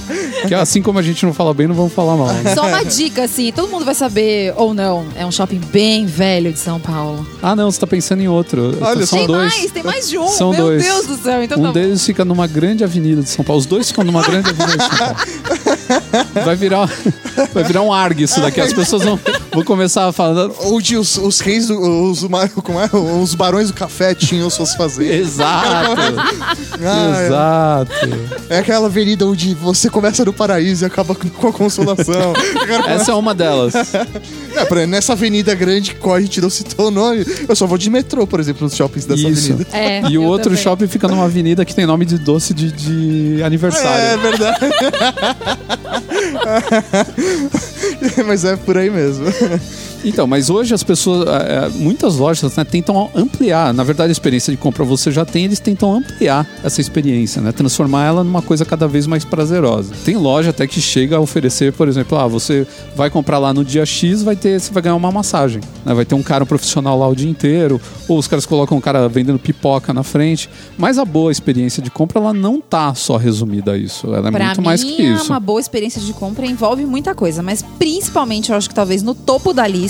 Speaker 1: Que assim como a gente não fala bem, não vamos falar
Speaker 2: [laughs]
Speaker 1: mal. né?
Speaker 2: Só uma dica, assim, todo mundo vai saber ou não. É um shopping bem velho de São Paulo.
Speaker 1: Ah, não, você tá pensando em outro.
Speaker 3: Olha,
Speaker 1: São
Speaker 2: tem
Speaker 1: dois.
Speaker 2: mais, tem mais de um.
Speaker 1: São
Speaker 2: Meu
Speaker 1: dois.
Speaker 2: Deus do céu. Então
Speaker 1: um
Speaker 2: tá bom.
Speaker 1: deles fica numa grande avenida de São Paulo. Os dois ficam numa grande avenida de São Paulo. Vai virar, vai virar um arg isso daqui. As pessoas vão, vão começar a falar.
Speaker 3: Ou de os, os reis, do, os, ma- como é? os barões do café tinham suas
Speaker 1: [laughs]
Speaker 3: fazendas.
Speaker 1: Exato,
Speaker 3: Ah, é.
Speaker 1: exato.
Speaker 3: é aquela avenida onde você começa no paraíso e acaba com
Speaker 1: [laughs]
Speaker 3: a consolação.
Speaker 1: Essa é uma delas.
Speaker 3: É, pra- nessa avenida grande qual a gente não citou o nome, eu só vou de metrô, por exemplo, nos shoppings dessa
Speaker 1: Isso.
Speaker 3: avenida.
Speaker 2: É,
Speaker 1: E o
Speaker 2: eu
Speaker 1: outro
Speaker 2: também.
Speaker 1: shopping fica numa avenida que tem nome de doce de, de
Speaker 3: É
Speaker 1: aniversário.
Speaker 3: verdade. [laughs] Mas é por aí mesmo.
Speaker 1: Então, mas hoje as pessoas, é, é, muitas lojas né, tentam ampliar. Na verdade, a experiência de compra você já tem, eles tentam ampliar essa experiência, né? Transformar ela numa coisa cada vez mais prazerosa. Tem loja até que chega a oferecer, por exemplo, ah, você vai comprar lá no dia X, vai ter, você vai ganhar uma massagem. né? Vai ter um cara profissional lá o dia inteiro, ou os caras colocam um cara vendendo pipoca na frente. Mas a boa experiência de compra, ela não tá só resumida a isso. Ela é
Speaker 2: Pra
Speaker 1: muito
Speaker 2: mim,
Speaker 1: mais que isso.
Speaker 2: uma boa experiência de compra envolve muita coisa, mas principalmente, eu acho que talvez no topo da lista,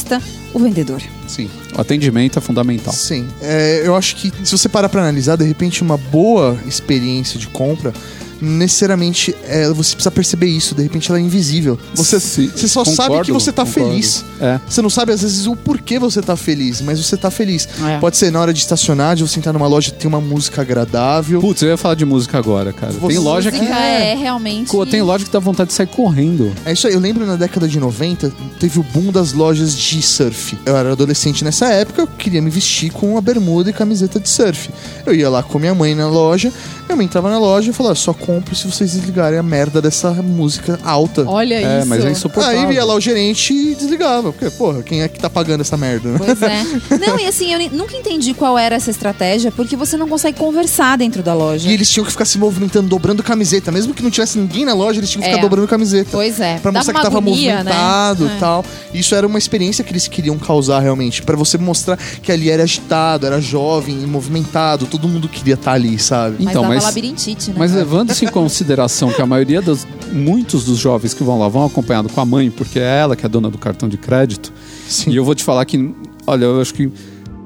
Speaker 2: o vendedor.
Speaker 1: Sim. O atendimento é fundamental.
Speaker 3: Sim. É, eu acho que se você parar pra analisar, de repente, uma boa experiência de compra. Necessariamente é, você precisa perceber isso, de repente ela é invisível. Você,
Speaker 1: Sim,
Speaker 3: você só sabe
Speaker 1: concordo,
Speaker 3: que você tá
Speaker 1: concordo.
Speaker 3: feliz.
Speaker 1: É.
Speaker 3: Você não sabe às vezes o porquê você tá feliz, mas você tá feliz.
Speaker 2: É.
Speaker 3: Pode ser na hora de estacionar, de você entrar numa loja tem uma música agradável.
Speaker 1: Putz, eu ia falar de música agora, cara.
Speaker 3: Você-
Speaker 1: Tem loja que.
Speaker 2: Música
Speaker 3: é.
Speaker 2: é, realmente.
Speaker 1: Pô, tem loja que dá vontade de sair correndo.
Speaker 3: É isso aí, eu lembro na década de 90, teve o boom das lojas de surf. Eu era adolescente nessa época, eu queria me vestir com uma bermuda e camiseta de surf. Eu ia lá com minha mãe na loja, minha mãe entrava na loja e falava, "Ah, só compro se vocês desligarem a merda dessa música alta.
Speaker 2: Olha
Speaker 1: É,
Speaker 2: isso.
Speaker 1: mas é insuportável.
Speaker 3: Aí ia lá o gerente e desligava, porque, porra, quem é que tá pagando essa merda, né?
Speaker 2: Pois
Speaker 1: [laughs]
Speaker 2: é. Não, e assim, eu nem- nunca entendi qual era essa estratégia, porque você não consegue conversar dentro da loja.
Speaker 3: E eles tinham que ficar se movimentando, dobrando camiseta. Mesmo que não tivesse ninguém na loja, eles tinham que
Speaker 2: É.
Speaker 3: ficar dobrando camiseta.
Speaker 2: Pois é.
Speaker 3: Pra
Speaker 2: Dava
Speaker 3: mostrar
Speaker 2: uma
Speaker 3: que tava
Speaker 2: agonia, né?
Speaker 3: movimentado e
Speaker 2: É.
Speaker 3: tal. Isso era uma experiência que eles queriam causar realmente. Pra você mostrar que ali era agitado, era jovem, e movimentado, todo mundo queria estar ali, sabe?
Speaker 2: Mas
Speaker 1: Então,
Speaker 2: dava
Speaker 1: mas-
Speaker 2: labirintite, né?
Speaker 1: Mas é- levando-se em consideração que a maioria dos. Muitos dos jovens que vão lá vão acompanhado com a mãe, porque é ela que é dona do cartão de crédito.
Speaker 3: Sim.
Speaker 1: E eu vou te falar que, olha, eu acho que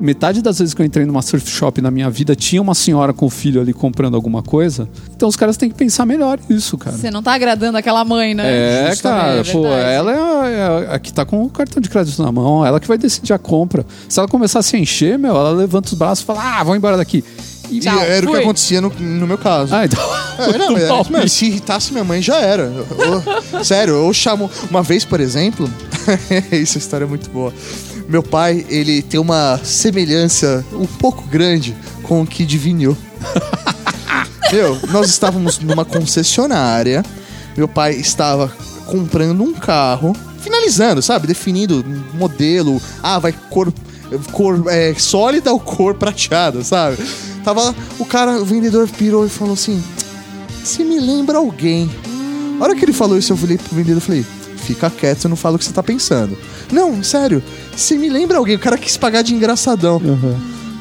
Speaker 1: metade das vezes que eu entrei numa surf shop na minha vida tinha uma senhora com o filho ali comprando alguma coisa. Então os caras têm que pensar melhor isso, cara.
Speaker 2: Você não tá agradando aquela mãe, né?
Speaker 1: É,
Speaker 2: Justamente,
Speaker 1: cara,
Speaker 2: é
Speaker 1: pô,
Speaker 2: verdade.
Speaker 1: ela é a, é a- a que tá com o cartão de crédito na mão, ela que vai decidir a compra. Se ela começar a se encher, meu, ela levanta os braços e fala, ah, vou embora daqui. E, um
Speaker 3: E era o que
Speaker 2: fui.
Speaker 3: acontecia no, no meu caso.
Speaker 1: Ah, então. [laughs]
Speaker 3: É, não,
Speaker 1: Muito
Speaker 3: é,
Speaker 1: mal,
Speaker 3: mano, se irritasse minha mãe, já era. Eu- eu- sério, eu chamo. Uma vez, por exemplo, [laughs] isso é uma história muito boa. Meu pai, ele tem uma semelhança um pouco grande com o Kid Vinho. Meu, nós estávamos numa concessionária. Meu pai estava comprando um carro, finalizando, sabe? Definindo um modelo. Ah, vai cor, cor é, sólida ou cor prateada, sabe? Tava lá, o cara, o vendedor pirou e falou assim: se me lembra alguém. A hora que ele falou isso, eu falei pro vendedor, eu falei, fica quieto, eu não falo o que você tá pensando. Não, sério, se me lembra alguém, o cara quis pagar de engraçadão.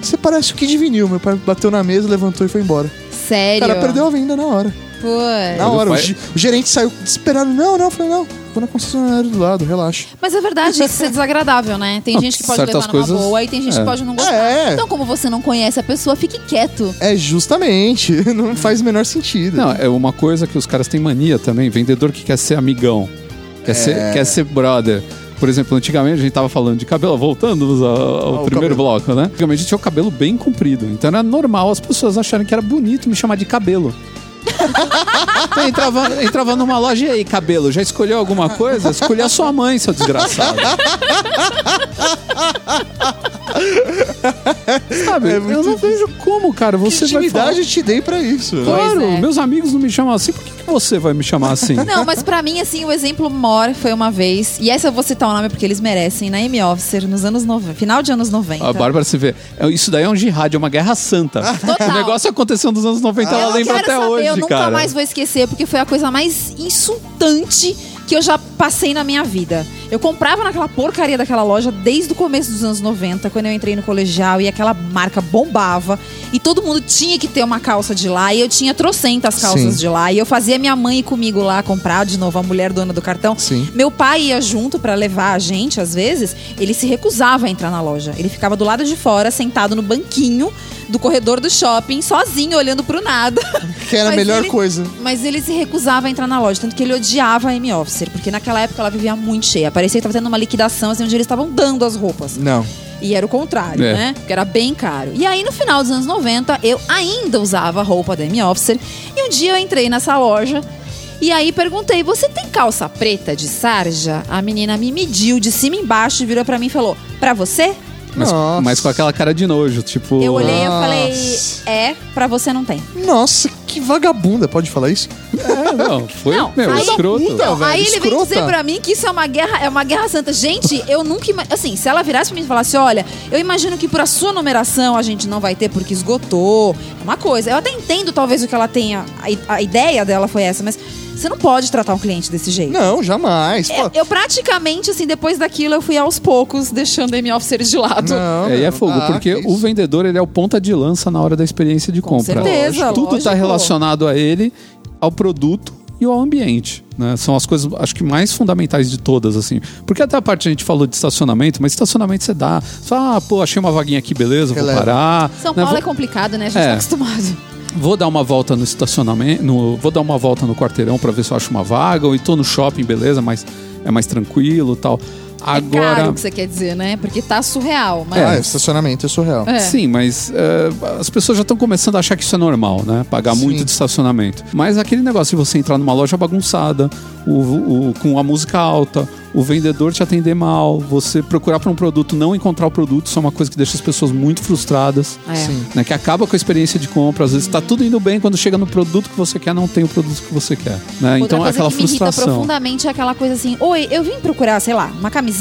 Speaker 3: Você parece o Kid Vinil, meu pai bateu na mesa, levantou e foi embora. O
Speaker 2: Sério. É.
Speaker 3: cara perdeu a venda na hora.
Speaker 2: Pô.
Speaker 3: Na hora, o,
Speaker 1: pai-
Speaker 3: ge- o gerente saiu desesperado. Não, não, eu falei, não, vou na concessionária do lado, relaxa.
Speaker 2: Mas é verdade, isso é desagradável, né? Tem
Speaker 1: Não,
Speaker 2: gente que pode
Speaker 1: certas
Speaker 2: levar numa
Speaker 1: coisas-
Speaker 2: boa e tem gente
Speaker 1: é.
Speaker 2: que pode não gostar.
Speaker 3: É.
Speaker 2: Então, como você não conhece a pessoa, fique quieto.
Speaker 3: É justamente, [laughs] não faz o menor sentido.
Speaker 1: Não, é uma coisa que os caras têm mania também, vendedor que quer ser amigão, quer, ser,
Speaker 3: É.
Speaker 1: quer ser brother. Por exemplo, antigamente a gente tava falando de cabelo, voltando ao, ao
Speaker 3: Ao
Speaker 1: primeiro
Speaker 3: Ah, cabelo.
Speaker 1: bloco, né?
Speaker 3: [laughs]
Speaker 1: Antigamente tinha o cabelo bem comprido, então era normal as pessoas acharem que era bonito me chamar de cabelo. Então, entrava, entrava numa loja e aí, cabelo, já escolheu alguma coisa? Escolhi a sua mãe, seu
Speaker 3: [laughs]
Speaker 1: desgraçado. Sabe,
Speaker 3: É
Speaker 1: eu
Speaker 3: muito
Speaker 1: não vejo como, cara, você
Speaker 3: que
Speaker 1: vai falar...
Speaker 3: intimidade te dei pra isso?
Speaker 1: Claro,
Speaker 2: Pois é.
Speaker 1: meus amigos não me chamam assim, por que, que você vai me chamar
Speaker 2: [laughs]
Speaker 1: assim?
Speaker 2: Não, mas pra mim, assim, o exemplo maior foi uma vez, e essa eu vou citar o nome porque eles merecem, na M Officer, nos anos 90, final de anos 90.
Speaker 1: A Bárbara se vê. É, Isso daí é um jihad, é uma guerra santa.
Speaker 2: [laughs] Total.
Speaker 1: O negócio aconteceu nos anos 90,
Speaker 2: eu
Speaker 1: ela
Speaker 2: não
Speaker 1: lembra
Speaker 2: quero
Speaker 1: Então, até
Speaker 2: saber,
Speaker 1: hoje,
Speaker 2: eu nunca
Speaker 1: cara.
Speaker 2: mais vou esquecer, porque foi a coisa mais insultante que eu já passei na minha vida. Eu comprava naquela porcaria daquela loja desde o começo dos anos 90, quando eu entrei no colegial e aquela marca bombava. E todo mundo tinha que ter uma calça de lá. E eu tinha trocentas calças
Speaker 3: Sim.
Speaker 2: de lá. E eu fazia minha mãe ir comigo lá comprar de novo, a mulher dona do cartão.
Speaker 3: Sim.
Speaker 2: Meu pai ia junto pra levar a gente, às vezes, ele se recusava a entrar na loja. Ele ficava do lado de fora, sentado no banquinho do corredor do shopping, sozinho, olhando pro nada.
Speaker 3: Que [laughs] era a
Speaker 2: Mas
Speaker 3: melhor
Speaker 2: ele-
Speaker 3: coisa.
Speaker 2: Mas ele se recusava a entrar na loja, tanto que ele odiava a M Officer, porque naquela época ela vivia muito cheia. Parecia que tava tendo uma liquidação, assim, onde eles estavam dando as roupas.
Speaker 3: Não.
Speaker 2: E era o contrário,
Speaker 1: É.
Speaker 2: né? Porque era bem caro. E aí, no final dos anos 90, eu ainda usava a roupa da M Officer. E um dia eu entrei nessa loja. E aí perguntei, você tem calça preta de sarja? A menina me mediu de cima e embaixo, virou pra mim e falou, pra você?
Speaker 1: Mas,
Speaker 3: Nossa.
Speaker 1: mas com aquela cara de nojo, tipo.
Speaker 2: Eu olhei e eu
Speaker 3: Nossa.
Speaker 2: falei, é, pra você não tem.
Speaker 3: Nossa, que vagabunda, pode falar isso?
Speaker 1: É, não, foi
Speaker 2: Não,
Speaker 1: meu,
Speaker 2: aí-
Speaker 1: escroto.
Speaker 3: Então, velho,
Speaker 2: aí ele vem
Speaker 3: escrota.
Speaker 2: dizer pra mim que isso é uma guerra, é uma guerra santa. Gente, eu nunca ima- assim, se ela virasse pra mim e falasse, olha, eu imagino que por a sua numeração a gente não vai ter porque esgotou. É uma coisa. Eu até entendo talvez o que ela tenha, a, i- a ideia dela foi essa, mas você não pode tratar um cliente desse jeito.
Speaker 3: Não, jamais.
Speaker 2: É,
Speaker 3: Pô,
Speaker 2: Eu praticamente, assim, depois daquilo, eu fui aos poucos deixando a M-Officer de lado.
Speaker 3: Não,
Speaker 1: É, e é
Speaker 3: não,
Speaker 1: fogo,
Speaker 3: ah,
Speaker 1: porque
Speaker 3: que
Speaker 1: o
Speaker 3: isso.
Speaker 1: vendedor ele é o ponta de lança na hora da experiência de
Speaker 2: Com
Speaker 1: compra.
Speaker 2: certeza,
Speaker 1: Tudo está
Speaker 2: lógico.
Speaker 1: relacionado a ele, ao produto e ao ambiente. né? São as coisas, acho que mais fundamentais de todas, assim. Porque até a parte que a gente falou de estacionamento, mas estacionamento você dá. Você fala, ah, pô, achei uma vaguinha aqui, beleza, vou
Speaker 3: Releva.
Speaker 1: parar.
Speaker 2: São
Speaker 1: né?
Speaker 2: Paulo
Speaker 1: Vou-
Speaker 2: é complicado, né? A gente
Speaker 1: É.
Speaker 2: tá acostumado.
Speaker 1: Vou dar uma volta no estacionamento, no- vou dar uma volta no quarteirão pra ver se eu acho uma vaga, ou estou no shopping, beleza, mas é mais tranquilo, tal.
Speaker 2: É caro
Speaker 1: Agora,
Speaker 2: o que você quer dizer, né? Porque tá surreal, mas...
Speaker 3: Ah, estacionamento é surreal.
Speaker 2: É.
Speaker 1: Sim, mas é, as pessoas já estão começando a achar que isso é normal, né? Pagar
Speaker 3: Sim.
Speaker 1: muito de estacionamento. Mas aquele negócio de você entrar numa loja bagunçada, o- o- com a música alta, o vendedor te atender mal, você procurar por um produto, não encontrar o produto, isso é uma coisa que deixa as pessoas muito frustradas.
Speaker 2: É.
Speaker 3: Sim.
Speaker 1: Né, que acaba com a experiência de compra, às vezes tá tudo indo bem, quando chega no produto que você quer, não tem o produto que você quer. Né?
Speaker 2: Outra
Speaker 1: Então é
Speaker 2: coisa
Speaker 1: aquela
Speaker 2: que me irrita
Speaker 1: frustração.
Speaker 2: profundamente é aquela coisa assim: Oi, eu vim procurar, sei lá, uma camiseta.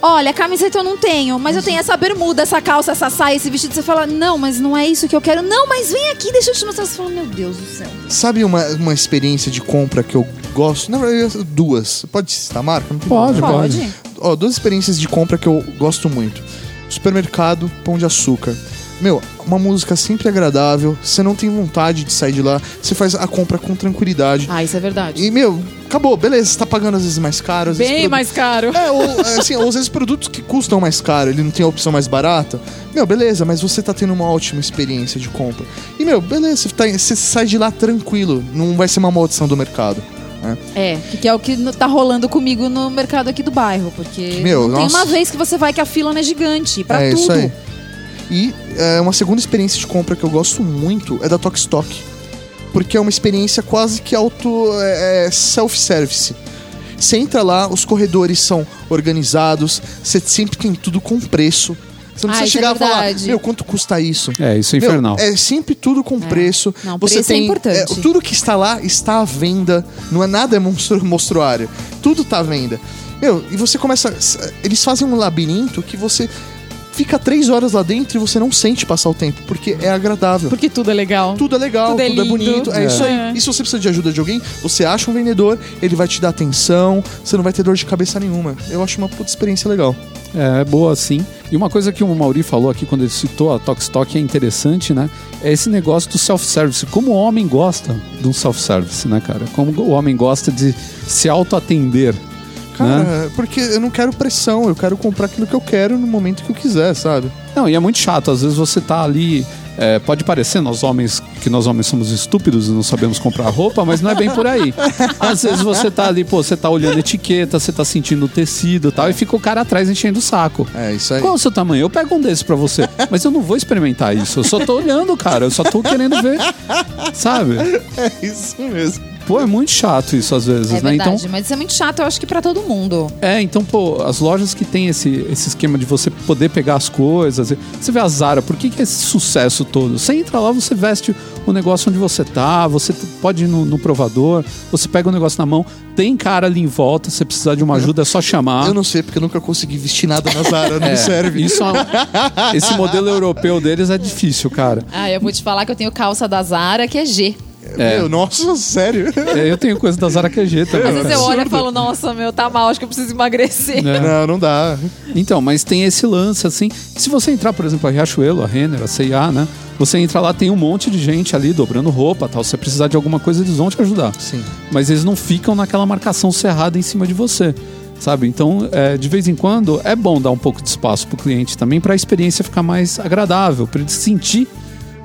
Speaker 2: Olha, camiseta eu não tenho, mas eu tenho essa bermuda, essa calça, essa saia, esse vestido. Você fala, não, mas não é isso que eu quero. Não, mas vem aqui, deixa eu te mostrar. Você fala, meu Deus do céu.
Speaker 3: Sabe uma, uma experiência de compra que eu gosto? Na verdade, duas. Pode citar a marca? Não tem
Speaker 1: Pode,
Speaker 3: problema.
Speaker 1: pode.
Speaker 3: Ó, duas experiências de compra que eu gosto muito. Supermercado, Pão de Açúcar. Meu, uma música sempre agradável, você não tem vontade de sair de lá, você faz a compra com tranquilidade.
Speaker 5: Ah, isso é verdade.
Speaker 3: E, meu, acabou, beleza, você tá pagando às vezes mais caro, às vezes.
Speaker 5: Bem
Speaker 3: produ-
Speaker 5: mais caro.
Speaker 3: É, ou, assim, ou às vezes produtos que custam mais caro, ele não tem a opção mais barata. Meu, beleza, mas você tá tendo uma ótima experiência de compra. E, meu, beleza, você, tá- você sai de lá tranquilo, não vai ser uma maldição do mercado. né?
Speaker 2: É, que, que é o que no- tá rolando comigo no mercado aqui do bairro, porque
Speaker 3: Meu,
Speaker 2: não tem
Speaker 3: nossa.
Speaker 2: uma vez que você vai que a fila não é gigante, pra
Speaker 3: é
Speaker 2: tudo.
Speaker 3: isso aí. E é, uma segunda experiência de compra que eu gosto muito é da Tokstok. Porque é uma experiência quase que auto. é, é, self-service. Você entra lá, os corredores são organizados, você sempre tem tudo com preço. Você não
Speaker 2: Ah, isso
Speaker 3: precisa
Speaker 2: é
Speaker 3: chegar e falar,
Speaker 2: verdade.
Speaker 3: meu, quanto custa isso?
Speaker 1: É, isso é
Speaker 3: Meu,
Speaker 1: infernal.
Speaker 3: é sempre tudo com preço.
Speaker 2: Não,
Speaker 3: você
Speaker 2: preço é
Speaker 3: tem,
Speaker 2: importante.
Speaker 3: tudo que está lá está à venda. Não é nada é monstru- [laughs] monstruário. Tudo está à venda. Meu, e você começa. Eles fazem um labirinto que você fica três horas lá dentro e você não sente passar o tempo, porque é agradável.
Speaker 5: Porque tudo é legal.
Speaker 3: Tudo é legal,
Speaker 5: Tudo é
Speaker 3: tudo é,
Speaker 5: lindo.
Speaker 3: bonito. É,
Speaker 5: É.
Speaker 3: isso
Speaker 5: É.
Speaker 3: aí. E se você precisa de ajuda de alguém, você acha um vendedor, ele vai te dar atenção, você não vai ter dor de cabeça nenhuma. Eu acho uma puta experiência legal.
Speaker 1: É, é boa sim. E uma coisa que o Mauri falou aqui quando ele citou a Tokstok é interessante, né? É esse negócio do self-service. Como o homem gosta de um self-service, né, cara? Como o homem gosta de se auto-atender.
Speaker 3: Cara,
Speaker 1: né?
Speaker 3: porque eu não quero pressão, eu quero comprar aquilo que eu quero no momento que eu quiser, sabe?
Speaker 1: Não, e é muito chato. Às vezes você tá ali. é, pode parecer, nós homens que nós homens somos estúpidos e não sabemos comprar roupa, mas não é bem por aí. Às vezes você tá ali, pô, você tá olhando etiqueta, você tá sentindo o tecido e tal, e fica o cara atrás enchendo o saco.
Speaker 3: É, isso aí.
Speaker 1: Qual é o seu tamanho? Eu pego um desses pra
Speaker 3: [laughs]
Speaker 1: você. Mas eu não vou experimentar isso. Eu só tô olhando, cara. Eu só tô querendo ver. Sabe?
Speaker 3: É isso mesmo.
Speaker 1: Pô, é muito chato isso às vezes,
Speaker 2: É
Speaker 1: né?
Speaker 2: verdade,
Speaker 1: Então,
Speaker 2: mas isso é muito chato, eu acho que pra todo mundo.
Speaker 1: é, então, pô, as lojas que tem esse, esse esquema de você poder pegar as coisas. e- Você vê a Zara, por que, que é esse sucesso todo? Você entra lá, você veste o negócio onde você tá, você t- pode ir no, no provador, você pega o negócio na mão, tem cara ali em volta, se precisar de uma ajuda, é só chamar.
Speaker 3: Eu não sei, porque eu nunca consegui vestir nada na Zara,
Speaker 1: [laughs]
Speaker 3: não
Speaker 1: É,
Speaker 3: serve.
Speaker 1: Isso é um- esse modelo europeu deles é difícil, cara.
Speaker 2: Ah, eu vou te falar que eu tenho calça da Zara que é G.
Speaker 3: Meu, nossa, sério.
Speaker 1: É, Eu tenho coisa da Zara QG também.
Speaker 2: Às vezes é
Speaker 1: cara.
Speaker 2: eu olho e falo, nossa, meu, tá mal, acho que eu preciso emagrecer.
Speaker 1: É.
Speaker 3: Não, não dá.
Speaker 1: Então, mas tem esse lance, assim. Se você entrar, por exemplo, a Riachuelo, a Renner, a C&A, né? Você entra lá, tem um monte de gente ali dobrando roupa tal. Se você precisar de alguma coisa, eles vão te ajudar.
Speaker 3: Sim.
Speaker 1: Mas eles não ficam naquela marcação cerrada em cima de você, sabe? Então, é, de vez em quando, é bom dar um pouco de espaço pro cliente também para a experiência ficar mais agradável, para ele se sentir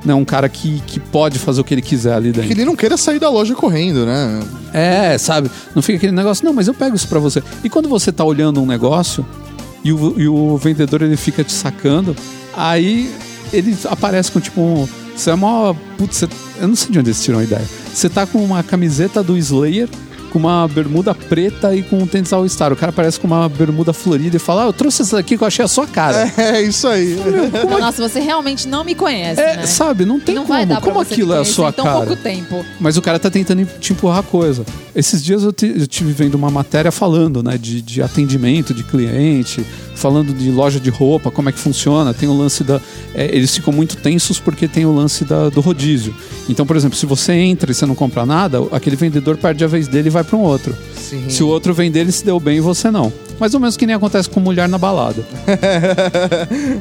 Speaker 1: né, um cara que, que pode fazer o que ele quiser ali dentro.
Speaker 3: Que ele não queira sair da loja correndo, né?
Speaker 1: É, sabe? Não fica aquele negócio, não, mas eu pego isso pra você. E quando você tá olhando um negócio e o, e o vendedor ele fica te sacando, aí ele aparece com tipo um. Você é mó. Putz, você- eu não sei de onde eles tiram a ideia. Você tá com uma camiseta do Slayer, com uma bermuda preta e com um tênis All-Star. O cara aparece com uma bermuda florida e fala: ah, eu trouxe essa daqui que eu achei a sua cara.
Speaker 3: É isso aí.
Speaker 2: Nossa, você realmente não me conhece,
Speaker 1: É,
Speaker 2: né?
Speaker 1: sabe? Não tem
Speaker 2: não
Speaker 1: como.
Speaker 2: vai dar pra
Speaker 1: como
Speaker 2: você então,
Speaker 1: aquilo é
Speaker 2: me
Speaker 1: a
Speaker 2: conhecer
Speaker 1: sua
Speaker 2: em tão
Speaker 1: cara?
Speaker 2: pouco tempo.
Speaker 1: Mas o cara tá tentando te empurrar coisa. Esses dias eu, te, eu tive vendo uma matéria falando, né, de, de atendimento de cliente, falando de loja de roupa, como é que funciona. Tem o lance da. é, eles ficam muito tensos porque tem o lance da- do rodízio. Então, por exemplo, se você entra e você não compra nada, aquele vendedor perde a vez dele e vai para um outro.
Speaker 3: Sim.
Speaker 1: Se o outro vender, ele se deu bem e você não. Mais ou menos que nem acontece com mulher na balada.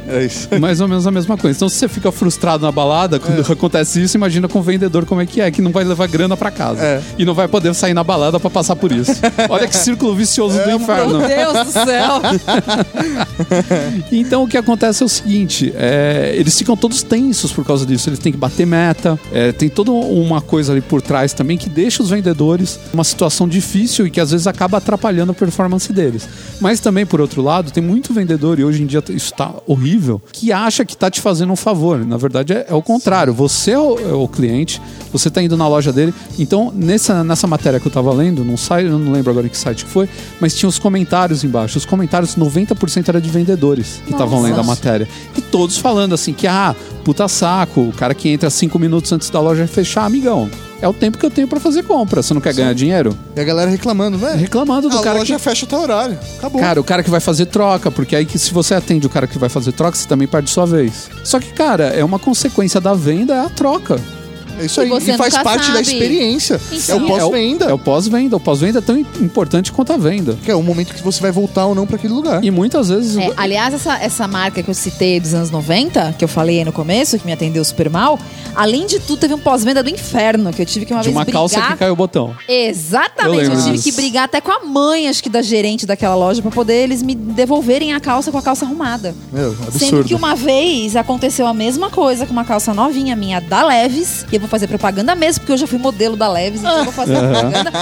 Speaker 3: É isso.
Speaker 1: Mais ou menos a mesma coisa. Então, se você fica frustrado na balada, quando acontece isso, imagina com o vendedor como é que é, que não vai levar grana pra casa.
Speaker 3: É.
Speaker 1: E não vai poder sair na balada pra passar por isso. Olha que círculo vicioso do inferno.
Speaker 2: Meu Deus
Speaker 1: [laughs]
Speaker 2: do céu!
Speaker 1: Então, o que acontece é o seguinte: é, eles ficam todos tensos por causa disso. Eles têm que bater meta. é, tem toda uma coisa ali por trás também que deixa os vendedores numa situação difícil e que às vezes acaba atrapalhando a performance deles. Mas também, por outro lado, tem muito vendedor, e hoje em dia isso tá horrível, que acha que tá te fazendo um favor. Na verdade, é, é o contrário. Você é o, é o cliente, você tá indo na loja dele. Então, nessa, nessa matéria que eu tava lendo, não sai, eu não lembro agora em que site que foi, mas tinha os comentários embaixo. Os comentários, 90% era de vendedores que estavam
Speaker 2: Nossa.
Speaker 1: lendo a matéria. E todos falando assim que, ah, puta saco, o cara que entra cinco minutos antes da loja fechar, amigão. É o tempo que eu tenho pra fazer compra. Você não quer ganhar dinheiro?
Speaker 3: E a galera reclamando, velho.
Speaker 1: É, Reclamando do
Speaker 3: a
Speaker 1: cara
Speaker 3: loja
Speaker 1: que...
Speaker 3: fecha até horário. Acabou.
Speaker 1: Cara, o cara que vai fazer troca, porque aí que se você atende o cara que vai fazer troca, você também perde sua vez. Só que, cara, é uma consequência da venda, é a troca.
Speaker 3: é isso
Speaker 2: e
Speaker 3: aí.
Speaker 2: você
Speaker 3: E faz
Speaker 2: nunca
Speaker 3: parte da
Speaker 2: sabe. Então,
Speaker 3: experiência.
Speaker 2: Sim.
Speaker 3: É o pós-venda.
Speaker 1: É o pós-venda. O pós-venda é tão importante quanto a venda.
Speaker 3: Que é o momento que você vai voltar ou não pra aquele lugar.
Speaker 1: E muitas vezes.
Speaker 2: É, aliás, essa, essa marca que eu citei dos anos 90, que eu falei aí no começo, que me atendeu super mal, além de tudo, teve um pós-venda do inferno, que eu tive que uma
Speaker 1: de
Speaker 2: vez
Speaker 1: uma
Speaker 2: brigar.
Speaker 1: calça que caiu o botão. Eu
Speaker 2: Exatamente, eu,
Speaker 1: lembro
Speaker 2: tive
Speaker 1: disso.
Speaker 2: que brigar até com a mãe, acho que da gerente daquela loja, pra poder eles me devolverem a calça com a calça arrumada.
Speaker 3: Meu,
Speaker 2: Sendo que
Speaker 3: absurdo.
Speaker 2: uma vez aconteceu a mesma coisa com uma calça novinha minha da Leves, e eu vou fazer propaganda mesmo, porque eu já fui modelo da Leves, então eu vou
Speaker 1: [laughs]
Speaker 2: fazer propaganda.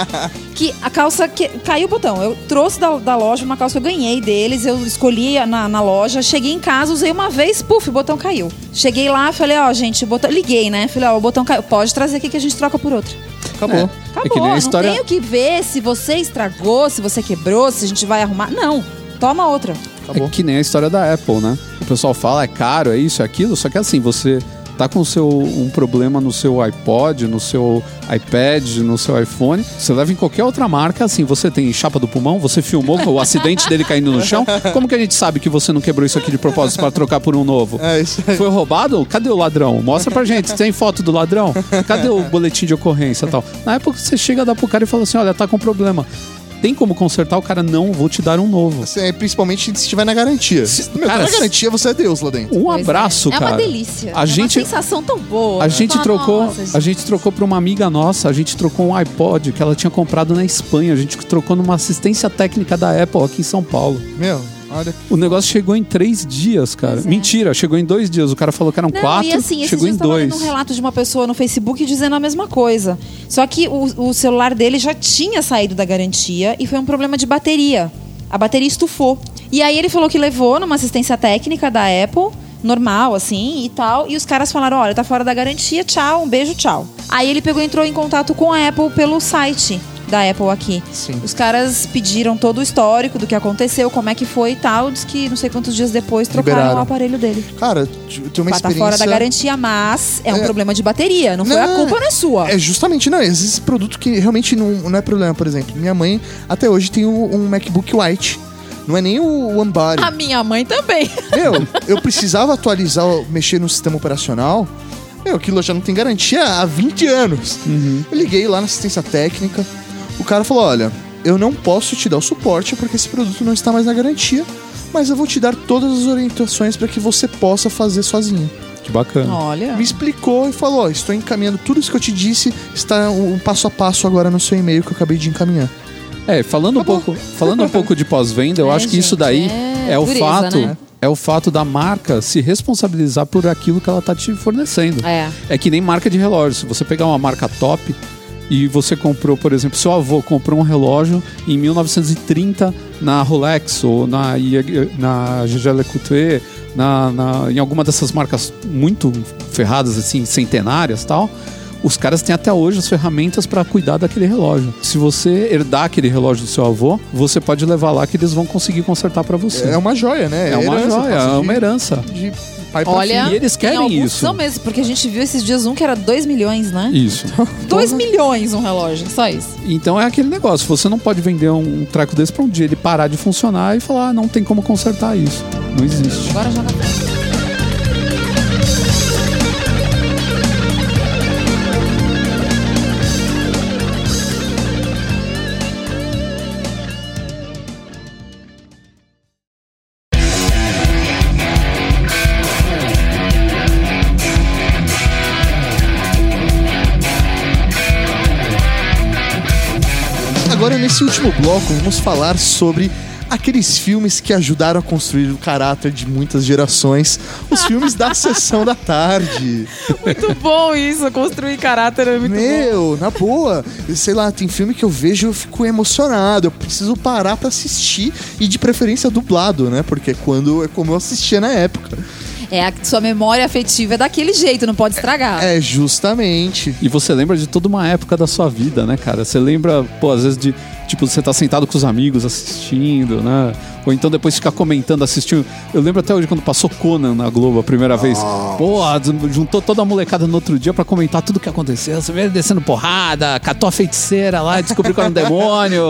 Speaker 2: Que a calça que caiu o botão. Eu trouxe da, da loja uma calça que eu ganhei deles, eu escolhi na, na loja, cheguei em casa, usei uma vez, puf, o botão caiu. Cheguei lá, falei, ó, gente, o botão. Liguei, né? Falei, ó, o botão caiu. Pode trazer aqui que a gente troca por outro.
Speaker 3: Acabou.
Speaker 1: É.
Speaker 2: Acabou,
Speaker 1: que nem a história.
Speaker 2: não tenho que ver se você estragou, se você quebrou, se a gente vai arrumar. Não, toma outra.
Speaker 1: É que nem a história da Apple, né? O pessoal fala é caro, é isso, é aquilo, só que assim, você tá com o seu, um problema no seu iPod, no seu iPad, no seu iPhone, você leva em qualquer outra marca, assim, você tem chapa do pulmão, você filmou o acidente dele caindo no chão, como que a gente sabe que você não quebrou isso aqui de propósito pra trocar por um novo?
Speaker 3: É isso aí.
Speaker 1: Foi roubado? Cadê o ladrão? Mostra pra gente. Tem foto do ladrão? Cadê o boletim de ocorrência e tal? Na época você chega, dá pro cara e fala assim: olha, tá com problema. Tem como consertar? O cara, não, vou te dar um novo.
Speaker 3: Assim, é, principalmente se estiver na garantia.
Speaker 1: Se-
Speaker 3: Meu,
Speaker 1: cara,
Speaker 3: tá na
Speaker 1: se-
Speaker 3: garantia, você é Deus lá dentro.
Speaker 1: Um
Speaker 2: Pois
Speaker 1: abraço,
Speaker 2: é.
Speaker 1: cara.
Speaker 2: É uma delícia.
Speaker 1: A
Speaker 2: é
Speaker 1: gente,
Speaker 2: uma sensação tão boa.
Speaker 1: a gente
Speaker 2: Fala,
Speaker 1: trocou,
Speaker 2: "Nossa,
Speaker 1: a gente trocou para uma amiga nossa. A gente trocou um iPod que ela tinha comprado na Espanha. A gente trocou numa assistência técnica da Apple aqui em São Paulo.
Speaker 3: Meu, Olha,
Speaker 1: O negócio chegou em três dias, cara.
Speaker 2: Pois é.
Speaker 1: Mentira, chegou em dois dias. O cara falou que eram
Speaker 2: Não,
Speaker 1: quatro,
Speaker 2: e assim, esses
Speaker 1: chegou
Speaker 2: dias
Speaker 1: em
Speaker 2: eu tava
Speaker 1: dois.
Speaker 2: lendo um relato de uma pessoa no Facebook dizendo a mesma coisa. Só que o, o celular dele já tinha saído da garantia e foi um problema de bateria. A bateria estufou. E aí ele falou que levou numa assistência técnica da Apple, normal, assim, e tal. E os caras falaram, olha, tá fora da garantia, tchau, um beijo, tchau. Aí ele pegou e entrou em contato com a Apple pelo site da Apple aqui.
Speaker 3: Sim.
Speaker 2: Os caras pediram todo o histórico do que aconteceu, como é que foi e tal. Diz que não sei quantos dias depois trocaram
Speaker 3: Liberaram.
Speaker 2: o aparelho dele
Speaker 3: cara, t- tem uma
Speaker 2: tá
Speaker 3: experiência...
Speaker 2: fora da garantia, mas é um problema de bateria. Não, foi a
Speaker 3: Não,
Speaker 2: culpa, não é sua.
Speaker 3: É justamente, não, existe produto que realmente não, não é problema, por exemplo. Minha mãe até hoje tem um, um MacBook White. Não é nem o Ambari.
Speaker 2: A minha
Speaker 1: [laughs]
Speaker 2: mãe também.
Speaker 3: Meu, eu precisava atualizar, mexer no sistema operacional. Meu, aquilo já não tem garantia há 20 anos. Eu liguei lá na assistência técnica. O cara falou: olha, eu não posso te dar o suporte porque esse produto não está mais na garantia, mas eu vou te dar todas as orientações para que você possa fazer sozinho.
Speaker 1: Que bacana.
Speaker 2: Olha.
Speaker 3: Me explicou e falou: ó, estou encaminhando tudo isso que eu te disse, está um passo a passo agora no seu e-mail que eu acabei de encaminhar.
Speaker 1: É, falando um
Speaker 3: Acabou.
Speaker 1: pouco, falando
Speaker 2: [laughs]
Speaker 1: um pouco de pós-venda, eu
Speaker 2: É,
Speaker 1: acho que isso
Speaker 2: gente,
Speaker 1: daí
Speaker 2: é
Speaker 1: é, o
Speaker 2: dureza,
Speaker 1: fato,
Speaker 2: né?
Speaker 1: é o fato da marca se responsabilizar por aquilo que ela tá te fornecendo.
Speaker 2: É.
Speaker 1: É que nem marca de relógio. Se você pegar uma marca top e você comprou, por exemplo, seu avô comprou um relógio em 1930 na Rolex ou na, I- na Gégé Lecoultre, na, na- em alguma dessas marcas muito ferradas, assim, centenárias tal. Os caras têm até hoje as ferramentas para cuidar daquele relógio. Se você herdar aquele relógio do seu avô, você pode levar lá que eles vão conseguir consertar para você.
Speaker 3: É uma joia, né?
Speaker 1: É uma
Speaker 3: Herança,
Speaker 1: joia,
Speaker 3: passa
Speaker 1: é
Speaker 3: de-
Speaker 1: uma herança.
Speaker 3: De pai pra
Speaker 2: Olha,
Speaker 1: E eles
Speaker 2: tem
Speaker 1: querem
Speaker 2: alguns
Speaker 1: isso.
Speaker 2: que São mesmo, porque a gente viu esses dias um que era 2 milhões, né?
Speaker 1: Isso.
Speaker 2: 2 milhões um relógio, só isso.
Speaker 1: Então é aquele negócio, você não pode vender um treco desse pra um dia ele parar de funcionar e falar, ah, não tem como consertar isso. Não existe.
Speaker 2: Agora tá joga
Speaker 3: Agora, nesse último bloco, vamos falar sobre aqueles filmes que ajudaram a construir o caráter de muitas gerações. Os
Speaker 2: [laughs]
Speaker 3: filmes da sessão da tarde.
Speaker 2: Muito bom isso, construir caráter é muito
Speaker 3: Meu, na boa. Sei lá, tem filme que eu vejo e eu fico emocionado. Eu preciso parar pra assistir e de preferência dublado, né? Porque é quando é como eu assistia na época.
Speaker 2: É, a sua memória afetiva é daquele jeito, não pode estragar.
Speaker 3: É justamente.
Speaker 1: E você lembra de toda uma época da sua vida, né, cara? Você lembra, pô, às vezes de, tipo, você tá sentado com os amigos assistindo, né? Ou então depois ficar comentando, assistindo. Eu lembro até hoje quando passou Conan na Globo a primeira vez. Pô, juntou toda a molecada no outro dia pra comentar tudo que aconteceu. Você veio descendo porrada, catou a feiticeira lá, descobriu que era um demônio.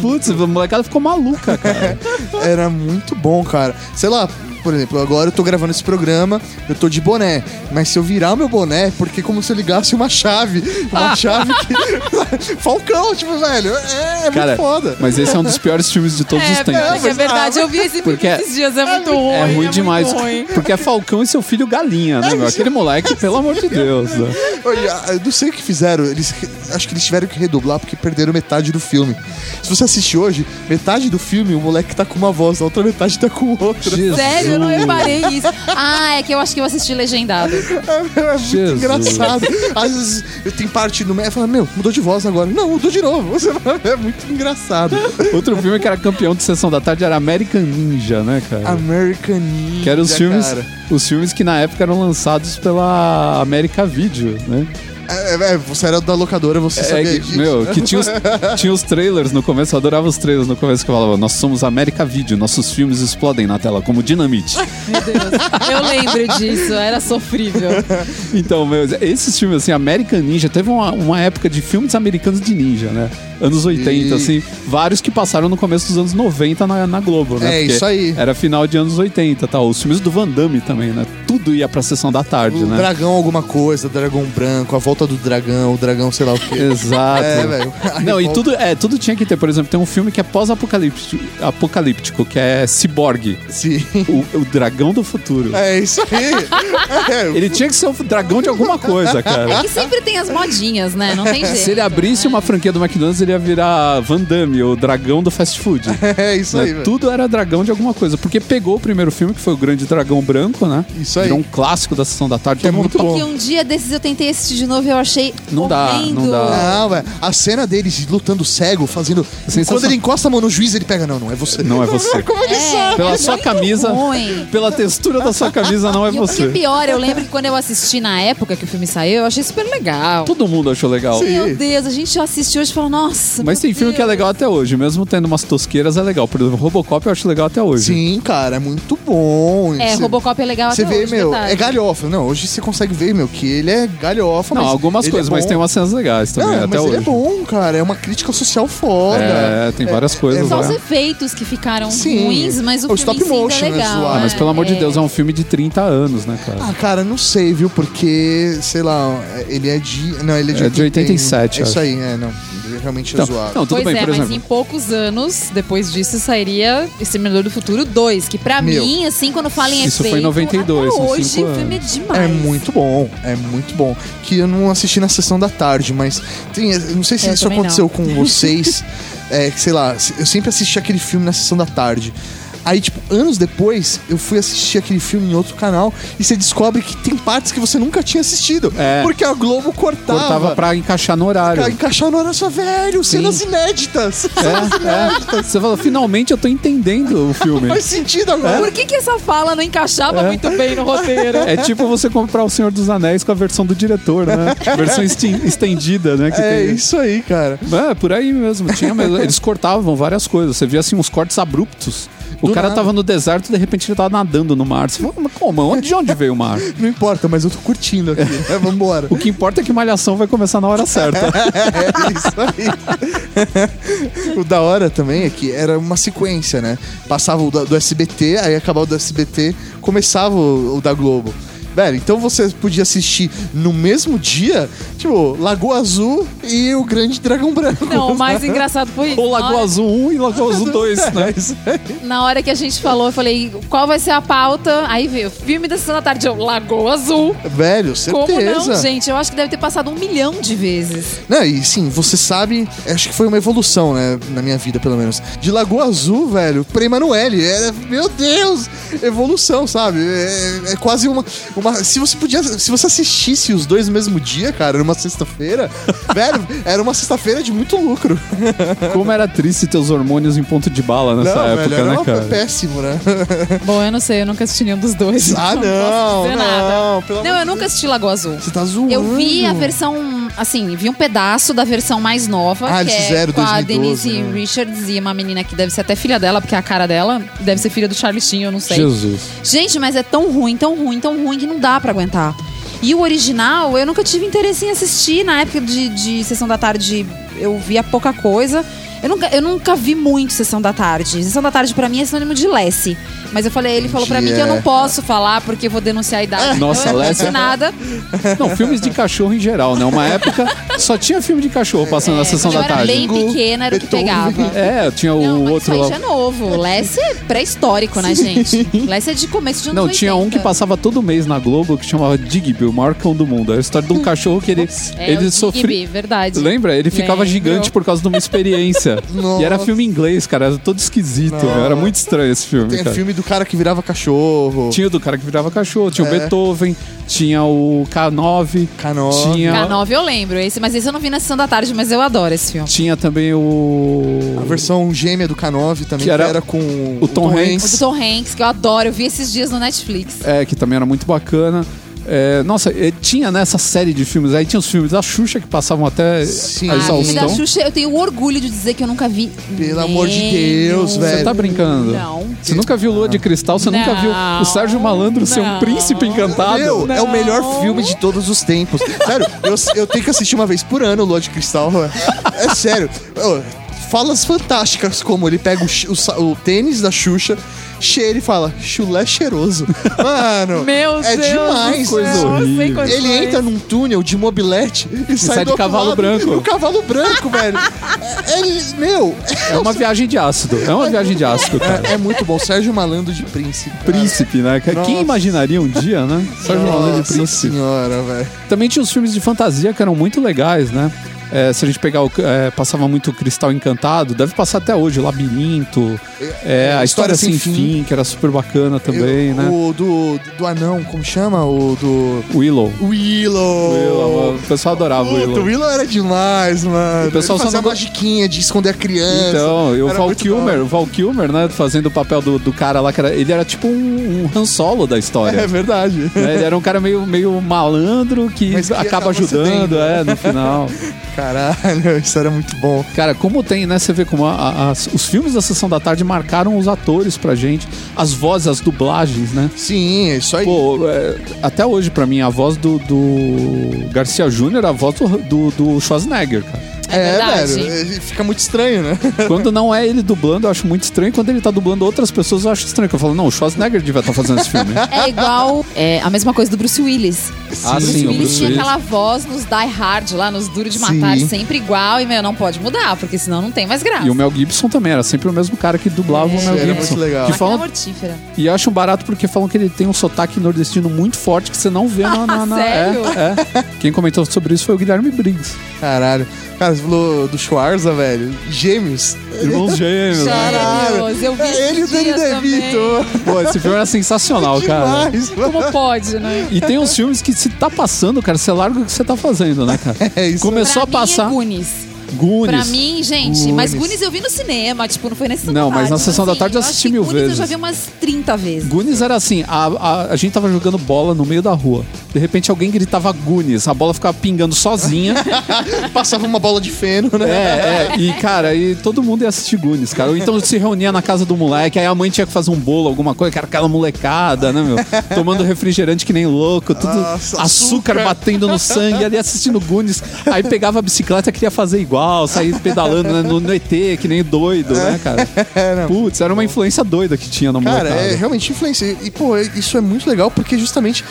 Speaker 1: Putz, a molecada ficou maluca, cara.
Speaker 3: Era muito bom, cara. Sei lá, por exemplo, agora eu tô gravando esse programa, eu tô de boné. Mas se eu virar o meu boné, é porque como se eu ligasse uma chave. Uma chave que. Falcão, tipo, velho. É, é
Speaker 1: Cara,
Speaker 3: muito foda.
Speaker 1: mas esse é um dos piores filmes de todos os tempos.
Speaker 2: porque é verdade, eu vi esse vídeo
Speaker 1: Porque é-
Speaker 2: esses dias, é muito ruim.
Speaker 1: É ruim demais.
Speaker 2: Muito ruim.
Speaker 1: Porque é Falcão e seu filho galinha, né, meu? Aquele moleque, pelo amor de Deus. né?
Speaker 3: Olha, eu não sei o que fizeram. Eles, acho que eles tiveram que redoblar porque perderam metade do filme. Se você assistir hoje, metade do filme o moleque tá com uma voz, a outra metade tá com outra.
Speaker 1: Jesus.
Speaker 2: Sério, eu não reparei isso. Ah, é que eu acho que eu assisti legendado.
Speaker 3: É muito
Speaker 1: Jesus.
Speaker 3: engraçado. Às vezes eu tenho parte no meio e falo, meu, mudou de voz agora. Não, mudou de novo. Você fala, é muito engraçado.
Speaker 1: Outro filme que era campeão de Sessão da Tarde era American Ninja, né, cara?
Speaker 3: American Ninja.
Speaker 1: Que eram os filmes,
Speaker 3: cara.
Speaker 1: os filmes que na época eram lançados pela América Video, né?
Speaker 3: É, é, você era da locadora, você sabia
Speaker 1: É, que,
Speaker 3: disso.
Speaker 1: meu, que
Speaker 3: [laughs]
Speaker 1: tinha os, tinha os trailers no começo, eu adorava os trailers no começo que falava, nós somos América Video, nossos filmes explodem na tela como dinamite.
Speaker 2: Meu Deus, eu lembro disso, era sofrível.
Speaker 1: Então, meu, esses filmes, assim, American Ninja, teve uma, uma época de filmes americanos de ninja, né? Anos 80,
Speaker 3: E-
Speaker 1: assim, vários que passaram no começo dos anos 90 na, na Globo, né?
Speaker 3: É,
Speaker 1: Porque
Speaker 3: isso aí.
Speaker 1: Era final de anos tá? 80, tal. Os filmes do Van Damme também, né? Tudo ia pra sessão da tarde,
Speaker 3: O
Speaker 1: né?
Speaker 3: dragão alguma coisa, dragão branco, a volta revolta do dragão, o dragão sei lá
Speaker 1: [laughs]
Speaker 3: o quê.
Speaker 1: Exato.
Speaker 3: É, velho. A
Speaker 1: Não, e
Speaker 3: revolta-
Speaker 1: tudo, é, tudo tinha que ter. Por exemplo, tem um filme que é pós-apocalíptico, apocalíptico, que é Cyborg,
Speaker 3: Sim.
Speaker 1: o, o dragão do futuro.
Speaker 3: assim. É isso aí. É,
Speaker 1: [laughs] Ele tinha que ser o dragão de alguma coisa, cara.
Speaker 2: É que sempre tem as modinhas, né? Não tem jeito.
Speaker 1: Se ele abrisse uma franquia do McDonald's, ele ia virar Van Damme, o dragão do fast food.
Speaker 3: [laughs] é isso
Speaker 1: né?
Speaker 3: aí, velho.
Speaker 1: Tudo era dragão de alguma coisa. Porque pegou o primeiro filme, que foi o Grande Dragão Branco, né?
Speaker 3: Isso aí.
Speaker 1: Virou um clássico da sessão da tarde.
Speaker 3: Que é
Speaker 1: todo mundo
Speaker 3: muito bom.
Speaker 6: Que um dia desses eu tentei assistir de novo e eu achei
Speaker 1: Não dá,
Speaker 6: horrendo.
Speaker 1: não dá.
Speaker 3: Não, velho. A cena deles lutando cego, fazendo.
Speaker 1: Sensação-
Speaker 3: Quando ele encosta a mão no juiz, ele pega. Não, não é
Speaker 1: [laughs]
Speaker 3: você.
Speaker 1: Não
Speaker 3: [laughs]
Speaker 1: é você.
Speaker 3: assim?
Speaker 6: É,
Speaker 1: Pela sua camisa,
Speaker 6: ruim.
Speaker 1: [laughs] pela textura da sua camisa, não é
Speaker 2: E o que é
Speaker 1: você.
Speaker 2: pior, eu lembro que quando eu assisti na época que o filme saiu, eu achei super legal.
Speaker 1: Todo mundo achou legal.
Speaker 2: Meu Deus, a gente assistiu hoje e falou, nossa.
Speaker 1: Mas tem filme que é legal até hoje, mesmo tendo umas tosqueiras, é legal. Por exemplo, Robocop eu acho legal até hoje.
Speaker 3: Sim, cara, é muito bom.
Speaker 2: É,
Speaker 3: Cê-
Speaker 2: Robocop é legal
Speaker 3: Você
Speaker 2: até
Speaker 3: vê,
Speaker 2: hoje,
Speaker 3: meu,
Speaker 2: verdade.
Speaker 3: é galhofa. Não, hoje você consegue ver, meu, que ele é galhofa.
Speaker 1: Não,
Speaker 3: mas
Speaker 1: algumas
Speaker 3: ele
Speaker 1: coisas,
Speaker 3: é
Speaker 1: mas
Speaker 3: bom.
Speaker 1: tem umas cenas legais também,
Speaker 3: Não,
Speaker 1: até
Speaker 3: mas
Speaker 1: hoje.
Speaker 3: ele é bom, né? cara. É uma crítica social foda.
Speaker 1: É, tem várias coisas
Speaker 2: Só
Speaker 1: lá.
Speaker 2: os efeitos que ficaram
Speaker 3: Sim.
Speaker 2: ruins, mas o,
Speaker 3: O
Speaker 2: filme
Speaker 3: stop
Speaker 2: em si
Speaker 3: motion é
Speaker 2: é legal.
Speaker 3: zoado.
Speaker 1: Ah, mas
Speaker 2: né?
Speaker 1: pelo amor de
Speaker 2: É.
Speaker 1: Deus, é um filme de 30 anos, né, cara?
Speaker 3: Ah, cara, não sei, viu? Porque, sei lá, ele é de. Não, ele é de,
Speaker 1: É de 87,
Speaker 3: É isso
Speaker 1: acho.
Speaker 3: aí, é, não. Ele Realmente é
Speaker 1: Então,
Speaker 3: zoado.
Speaker 1: não, tudo
Speaker 2: pois
Speaker 1: bem,
Speaker 2: é,
Speaker 1: por
Speaker 2: mas
Speaker 1: exemplo.
Speaker 2: em poucos anos depois disso sairia Exterminador do Futuro 2, que pra
Speaker 3: Meu.
Speaker 2: mim, assim, quando falam em
Speaker 1: Isso foi em
Speaker 2: efeito,
Speaker 1: 92,
Speaker 2: até
Speaker 1: são
Speaker 2: hoje
Speaker 1: cinco
Speaker 2: o filme é
Speaker 1: anos.
Speaker 2: demais.
Speaker 3: É muito bom, é muito bom. Que eu não assisti na sessão da tarde, mas tem, eu não sei se
Speaker 2: Eu
Speaker 3: isso
Speaker 2: também
Speaker 3: aconteceu
Speaker 2: não. [laughs]
Speaker 3: com vocês. é, que, sei lá, se- eu sempre assisti aquele filme na sessão da tarde. Aí, tipo, anos depois, eu fui assistir aquele filme em outro canal e você descobre que tem partes que você nunca tinha assistido.
Speaker 1: É.
Speaker 3: Porque a Globo cortava.
Speaker 1: Cortava pra encaixar no horário.
Speaker 3: pra encaixar no horário só, velho, cenas inéditas.
Speaker 1: [laughs] É, é. Você fala, finalmente eu tô entendendo o filme.
Speaker 3: Faz sentido agora.
Speaker 2: Por que, que essa fala não encaixava muito bem no roteiro?
Speaker 1: [laughs] É tipo você comprar O Senhor dos Anéis com a versão do diretor, né? Versão esti- estendida, né? que
Speaker 3: É
Speaker 1: tem.
Speaker 3: isso aí, cara.
Speaker 1: É, por aí mesmo. Tinha mesmo. Eles cortavam várias coisas. Você via assim uns cortes abruptos. O
Speaker 3: Do
Speaker 1: cara
Speaker 3: nada.
Speaker 1: tava no deserto e de repente ele tava nadando no mar. Você fala, mas como? Onde, de onde veio o mar?
Speaker 3: Não importa, mas eu tô curtindo
Speaker 1: [laughs]
Speaker 3: aqui. É, vambora.
Speaker 1: O que importa é que malhação vai começar na hora certa.
Speaker 3: É [laughs] isso aí. o da hora também é que era uma sequência, né? Passava o da- do SBT, aí acabava o do SBT, começava o, o da Globo. Velho, então você podia assistir no mesmo dia, tipo, Lagoa Azul e o Grande Dragão Branco.
Speaker 2: Não, o mais engraçado foi
Speaker 1: Ou
Speaker 2: na
Speaker 1: Lagoa
Speaker 2: hora,
Speaker 1: Azul 1 e Lagoa Azul 2, né?
Speaker 2: na hora que a gente falou, eu falei, qual vai ser a pauta? Aí veio filme da Sessão da Tarde, eu, Lagoa Azul.
Speaker 3: Velho,
Speaker 2: Como
Speaker 3: certeza.
Speaker 2: não, gente? Eu acho que deve ter passado um milhão
Speaker 1: [laughs]
Speaker 2: de vezes.
Speaker 3: Não, e sim, você sabe, acho que foi uma evolução, né? Na minha vida, pelo menos. De Lagoa Azul, velho, pra Emanuele. Era, meu Deus! Evolução, sabe? É, é quase uma, uma. Se você podia. Se você assistisse os dois no mesmo dia, cara, numa sexta-feira, [laughs] velho, era uma sexta-feira de muito lucro.
Speaker 1: Como era triste ter os hormônios em ponto de bala nessa
Speaker 3: não,
Speaker 1: época,
Speaker 3: velho, era
Speaker 1: né,
Speaker 3: uma-
Speaker 1: cara?
Speaker 2: [laughs]
Speaker 3: péssimo, né?
Speaker 2: Bom, eu não sei, eu nunca assisti nenhum dos dois. [laughs]
Speaker 3: ah,
Speaker 2: posso
Speaker 3: não!
Speaker 2: dizer nada.
Speaker 3: Não, pelo amor
Speaker 2: Não, eu nunca assisti Lagoa Azul.
Speaker 3: Você tá zoando.
Speaker 2: Eu vi a versão, assim, vi um pedaço da versão mais nova,
Speaker 3: Ah,
Speaker 2: que
Speaker 3: eles
Speaker 2: é
Speaker 3: fizeram
Speaker 2: com a
Speaker 3: 2012,
Speaker 2: Denise
Speaker 3: né?
Speaker 2: Richards e uma menina que deve ser até filha dela, porque é a cara dela deve ser filha do Charlie Sheen, eu não sei.
Speaker 1: Jesus.
Speaker 2: Gente, mas é tão ruim, tão ruim, tão ruim que não dá pra aguentar. E o original, eu nunca tive interesse em assistir. Na época de, de Sessão da Tarde, eu via pouca coisa. Eu nunca, eu nunca vi muito Sessão da Tarde. Sessão da Tarde, pra mim, é sinônimo de Lessie. Mas eu falei, ele falou pra mim que eu
Speaker 3: É.
Speaker 2: não posso falar porque eu vou denunciar a idade.
Speaker 1: Nossa,
Speaker 2: então, eu não
Speaker 1: Lessie-
Speaker 2: disse nada.
Speaker 1: Não, filmes de cachorro em geral, né? Uma época só tinha filme de cachorro passando na sessão
Speaker 2: É, Quando eu
Speaker 1: da
Speaker 2: era
Speaker 1: tarde.
Speaker 2: bem pequena, era o que
Speaker 3: Beethoven.
Speaker 2: pegava.
Speaker 1: É, tinha
Speaker 2: Não,
Speaker 1: o
Speaker 2: mas
Speaker 1: outro
Speaker 2: isso aí
Speaker 1: lá.
Speaker 2: já é novo. O Less é pré-histórico, né, gente? Less é de começo de anos
Speaker 1: Não, tinha um que
Speaker 2: 80.
Speaker 1: passava todo mês na Globo que chamava Digby, o maior cão do mundo. Era a história de um cachorro que ele,
Speaker 2: É,
Speaker 1: ele
Speaker 2: o Digby,
Speaker 1: sofria.
Speaker 2: verdade.
Speaker 1: Lembra? Ele ficava
Speaker 2: Lembro.
Speaker 1: gigante por causa de uma experiência.
Speaker 3: Nossa.
Speaker 1: E era filme em inglês, cara. Era todo esquisito. velho. Era muito estranho esse filme,
Speaker 3: Tem
Speaker 1: cara.
Speaker 3: filme do cara que virava cachorro.
Speaker 1: Tinha o do cara que virava cachorro, tinha o
Speaker 3: É.
Speaker 1: Beethoven, tinha o K9,
Speaker 3: K9.
Speaker 1: tinha,
Speaker 2: K9 eu lembro, esse, mas esse eu não vi na sessão da tarde, mas eu adoro esse filme.
Speaker 1: tinha também o.
Speaker 3: A versão gêmea do K9 também,
Speaker 1: Que
Speaker 3: que
Speaker 1: era
Speaker 3: era, com
Speaker 1: o Tom Hanks.
Speaker 2: O do Tom Hanks, que eu adoro, eu vi esses dias no Netflix.
Speaker 1: É, que também era muito bacana. É, nossa, e tinha nessa série de filmes, aí tinha os filmes da Xuxa que passavam até
Speaker 3: Sim.
Speaker 1: a
Speaker 2: Ah, o filme da
Speaker 1: exaustão.
Speaker 2: Xuxa, eu tenho o orgulho de dizer que eu nunca vi.
Speaker 3: Pelo amor de Deus,
Speaker 1: Você
Speaker 3: velho.
Speaker 1: tá brincando?
Speaker 2: Não.
Speaker 1: Você nunca viu Lua de Cristal? Você nunca viu o Sérgio Malandro ser um
Speaker 2: não.
Speaker 1: príncipe encantado?
Speaker 3: Meu, é o
Speaker 2: Não.
Speaker 3: melhor filme de todos os tempos. Sério, eu, eu tenho que assistir uma vez por ano o Lua de Cristal. velho. É sério. Ô, falas fantásticas como ele pega o, chi- o sa- o tênis da Xuxa, cheira e fala, chulé cheiroso.
Speaker 5: [laughs]
Speaker 3: Mano,
Speaker 5: Meu
Speaker 3: é
Speaker 5: Deus
Speaker 3: demais.
Speaker 5: do céu,
Speaker 1: coisa
Speaker 3: né?
Speaker 5: sem
Speaker 1: horrível.
Speaker 5: condições.
Speaker 3: Ele entra num túnel de mobilete e, sai,
Speaker 1: sai
Speaker 3: do
Speaker 1: de
Speaker 3: outro
Speaker 1: cavalo
Speaker 3: lado,
Speaker 1: branco.
Speaker 3: Um cavalo branco, velho. É- Ele, meu,
Speaker 1: É uma viagem de ácido. É uma viagem de ácido, cara.
Speaker 3: é, é muito bom. Sérgio Malandro de Príncipe. cara.
Speaker 1: Príncipe, né? Que-
Speaker 3: Nossa.
Speaker 1: Quem imaginaria um dia, né? Sérgio Malandro de
Speaker 3: Nossa
Speaker 1: Príncipe.
Speaker 3: senhora, velho.
Speaker 1: Também tinha os filmes de fantasia que eram muito legais, né? É, se a gente pegar o. é, passava muito o Cristal Encantado, deve passar até hoje, o Labirinto, é, a História Sem fim, que era super bacana também,
Speaker 3: Eu-
Speaker 1: né?
Speaker 3: O do, do anão, como chama? O do.
Speaker 1: Willow.
Speaker 3: Willow.
Speaker 1: Willow. O pessoal adorava o
Speaker 3: Puta,
Speaker 1: Willow.
Speaker 3: o Willow era demais, mano.
Speaker 1: O pessoal
Speaker 3: Ele
Speaker 1: só
Speaker 3: fazia
Speaker 1: não-
Speaker 3: magiquinha de esconder a criança.
Speaker 1: Então, e o
Speaker 3: Era
Speaker 1: Val
Speaker 3: muito
Speaker 1: Kilmer,
Speaker 3: bom.
Speaker 1: o Val Kilmer, né, fazendo o papel do, do cara lá, que era, ele era tipo um, um Han Solo da história.
Speaker 3: É verdade. [laughs]
Speaker 1: né? Ele era um cara meio, meio malandro que,
Speaker 3: Mas que
Speaker 1: acaba
Speaker 3: acaba
Speaker 1: ajudando,
Speaker 3: cedendo.
Speaker 1: é, no
Speaker 3: [laughs]
Speaker 1: final.
Speaker 3: Caralho, isso era muito bom.
Speaker 1: Cara, como tem, né? Você vê como a- a- as- os filmes da Sessão da Tarde marcaram os atores pra gente, as vozes, as dublagens, né?
Speaker 3: Sim, é isso aí.
Speaker 1: Pô, é, até hoje, pra mim, a voz do, do Garcia Júnior, é a voz do, do, do Schwarzenegger,
Speaker 3: [laughs]
Speaker 1: cara.
Speaker 3: é,
Speaker 5: verdade.
Speaker 3: velho. é, Fica muito estranho, né?
Speaker 1: Quando não é ele dublando, eu acho muito estranho. Quando ele tá dublando outras pessoas, eu acho estranho. Que eu falo, não, o Schwarzenegger devia estar fazendo esse filme.
Speaker 5: É igual é, a mesma coisa do Bruce Willis.
Speaker 1: ah,
Speaker 5: Bruce
Speaker 1: sim, o
Speaker 5: Willis
Speaker 1: Bruce
Speaker 5: tinha
Speaker 1: Willis.
Speaker 5: aquela voz nos Die Hard lá, nos Duro de Matar,
Speaker 3: Sim.
Speaker 5: sempre igual. E, meu, não pode mudar, porque senão não tem mais graça.
Speaker 1: E o Mel Gibson também, era sempre o mesmo cara que dublava o Mel
Speaker 3: É, era
Speaker 1: Gibson.
Speaker 3: muito legal.
Speaker 1: Que
Speaker 5: Máquina
Speaker 1: falam,
Speaker 5: é mortífera.
Speaker 1: E acham barato porque falam que ele tem um sotaque nordestino muito forte que você não vê
Speaker 5: [laughs]
Speaker 1: na. na, na-
Speaker 5: Sério?
Speaker 1: É, é. Quem comentou sobre isso foi o Guilherme Briggs.
Speaker 3: Caralho. Cara, você falou do Schwarza, velho. Gêmeos.
Speaker 1: Irmãos Gêmeos.
Speaker 2: né?
Speaker 1: Ah,
Speaker 5: Gêmeos, eu vi
Speaker 3: É ele e o
Speaker 5: esses
Speaker 3: Danny
Speaker 5: dias
Speaker 3: DeVito.
Speaker 1: Pô, esse filme era sensacional, cara.
Speaker 3: [laughs] Demais, mano.
Speaker 5: Como pode, né?
Speaker 1: E tem uns filmes que se tá passando, cara, você larga o que você tá fazendo, né, cara?
Speaker 3: É isso.
Speaker 1: Começou
Speaker 5: Pra mim
Speaker 1: a passar.
Speaker 5: É Goonies.
Speaker 1: Goonies.
Speaker 5: Pra mim, gente, mas
Speaker 3: Goonies.
Speaker 5: Goonies eu vi no cinema, tipo, não foi na sessão
Speaker 1: Não,
Speaker 5: da tarde.
Speaker 1: mas na sessão da tarde eu
Speaker 5: acho
Speaker 1: assisti
Speaker 5: que
Speaker 1: mil
Speaker 5: Goonies
Speaker 1: vezes.
Speaker 5: Eu já vi umas 30 vezes.
Speaker 1: Goonies era assim, a, a, a gente tava jogando bola no meio da rua. De repente alguém gritava Goonies, a bola ficava pingando sozinha.
Speaker 3: Passava uma bola de feno, né?
Speaker 1: [laughs] É, é, e cara, e todo mundo ia assistir Goonies, cara. Ou então se reunia na casa do moleque, aí a mãe tinha que fazer um bolo, alguma coisa, cara, aquela molecada, né, meu? Tomando refrigerante que nem louco, tudo
Speaker 3: Nossa,
Speaker 1: açúcar,
Speaker 3: açúcar.
Speaker 1: batendo no sangue, ali assistindo Goonies. Aí pegava a bicicleta, queria fazer igual, sair pedalando né, no, no ET, que nem doido, né,
Speaker 3: [laughs]
Speaker 1: cara? Putz, era uma influência doida que tinha na
Speaker 3: É. Cara,
Speaker 1: molecada.
Speaker 3: é realmente influência. E, pô, isso é muito legal porque justamente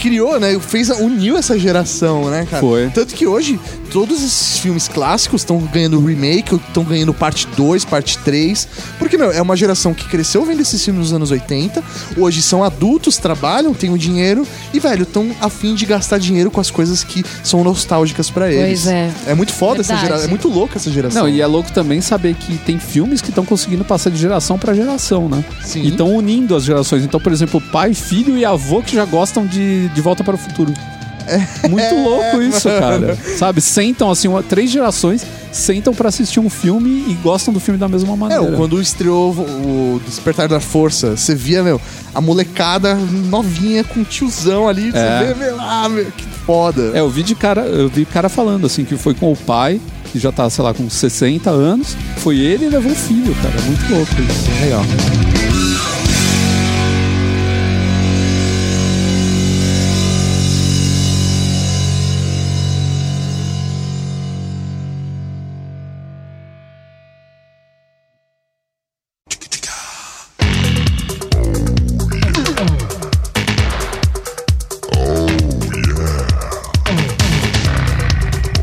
Speaker 3: criou, né? Fez, a- uniu essa geração, né, cara?
Speaker 1: Foi.
Speaker 3: Tanto que hoje, todos esses filmes clássicos estão ganhando remake, estão ganhando parte 2, parte 3. Porque, meu, é uma geração que cresceu vendo esses filmes nos anos 80, hoje são adultos, trabalham, têm o dinheiro e, velho, estão afim de gastar dinheiro com as coisas que são nostálgicas pra eles.
Speaker 5: Pois é.
Speaker 3: É muito foda essa
Speaker 5: Verdade.
Speaker 3: geração, é muito louca essa geração.
Speaker 1: Não, e é louco também saber que tem filmes que estão conseguindo passar de geração pra geração, né?
Speaker 3: Sim.
Speaker 1: E estão unindo as gerações. Então, por exemplo, pai, filho e avô que já gostam de De Volta para o Futuro.
Speaker 3: É.
Speaker 1: Muito louco isso, cara. Sabe? Sentam assim, uma- três gerações sentam pra assistir um filme e gostam do filme da mesma
Speaker 3: É,
Speaker 1: maneira.
Speaker 3: o- quando estreou o Despertar da Força, você via, meu, a molecada novinha com o tiozão ali, você
Speaker 1: É.
Speaker 3: vê, meu, ah, meu, que foda.
Speaker 1: É, eu vi de cara, eu vi cara falando assim que foi com o pai, que já tá, sei lá, com 60 anos, foi ele e levou o filho, cara. É Muito louco isso. Legal.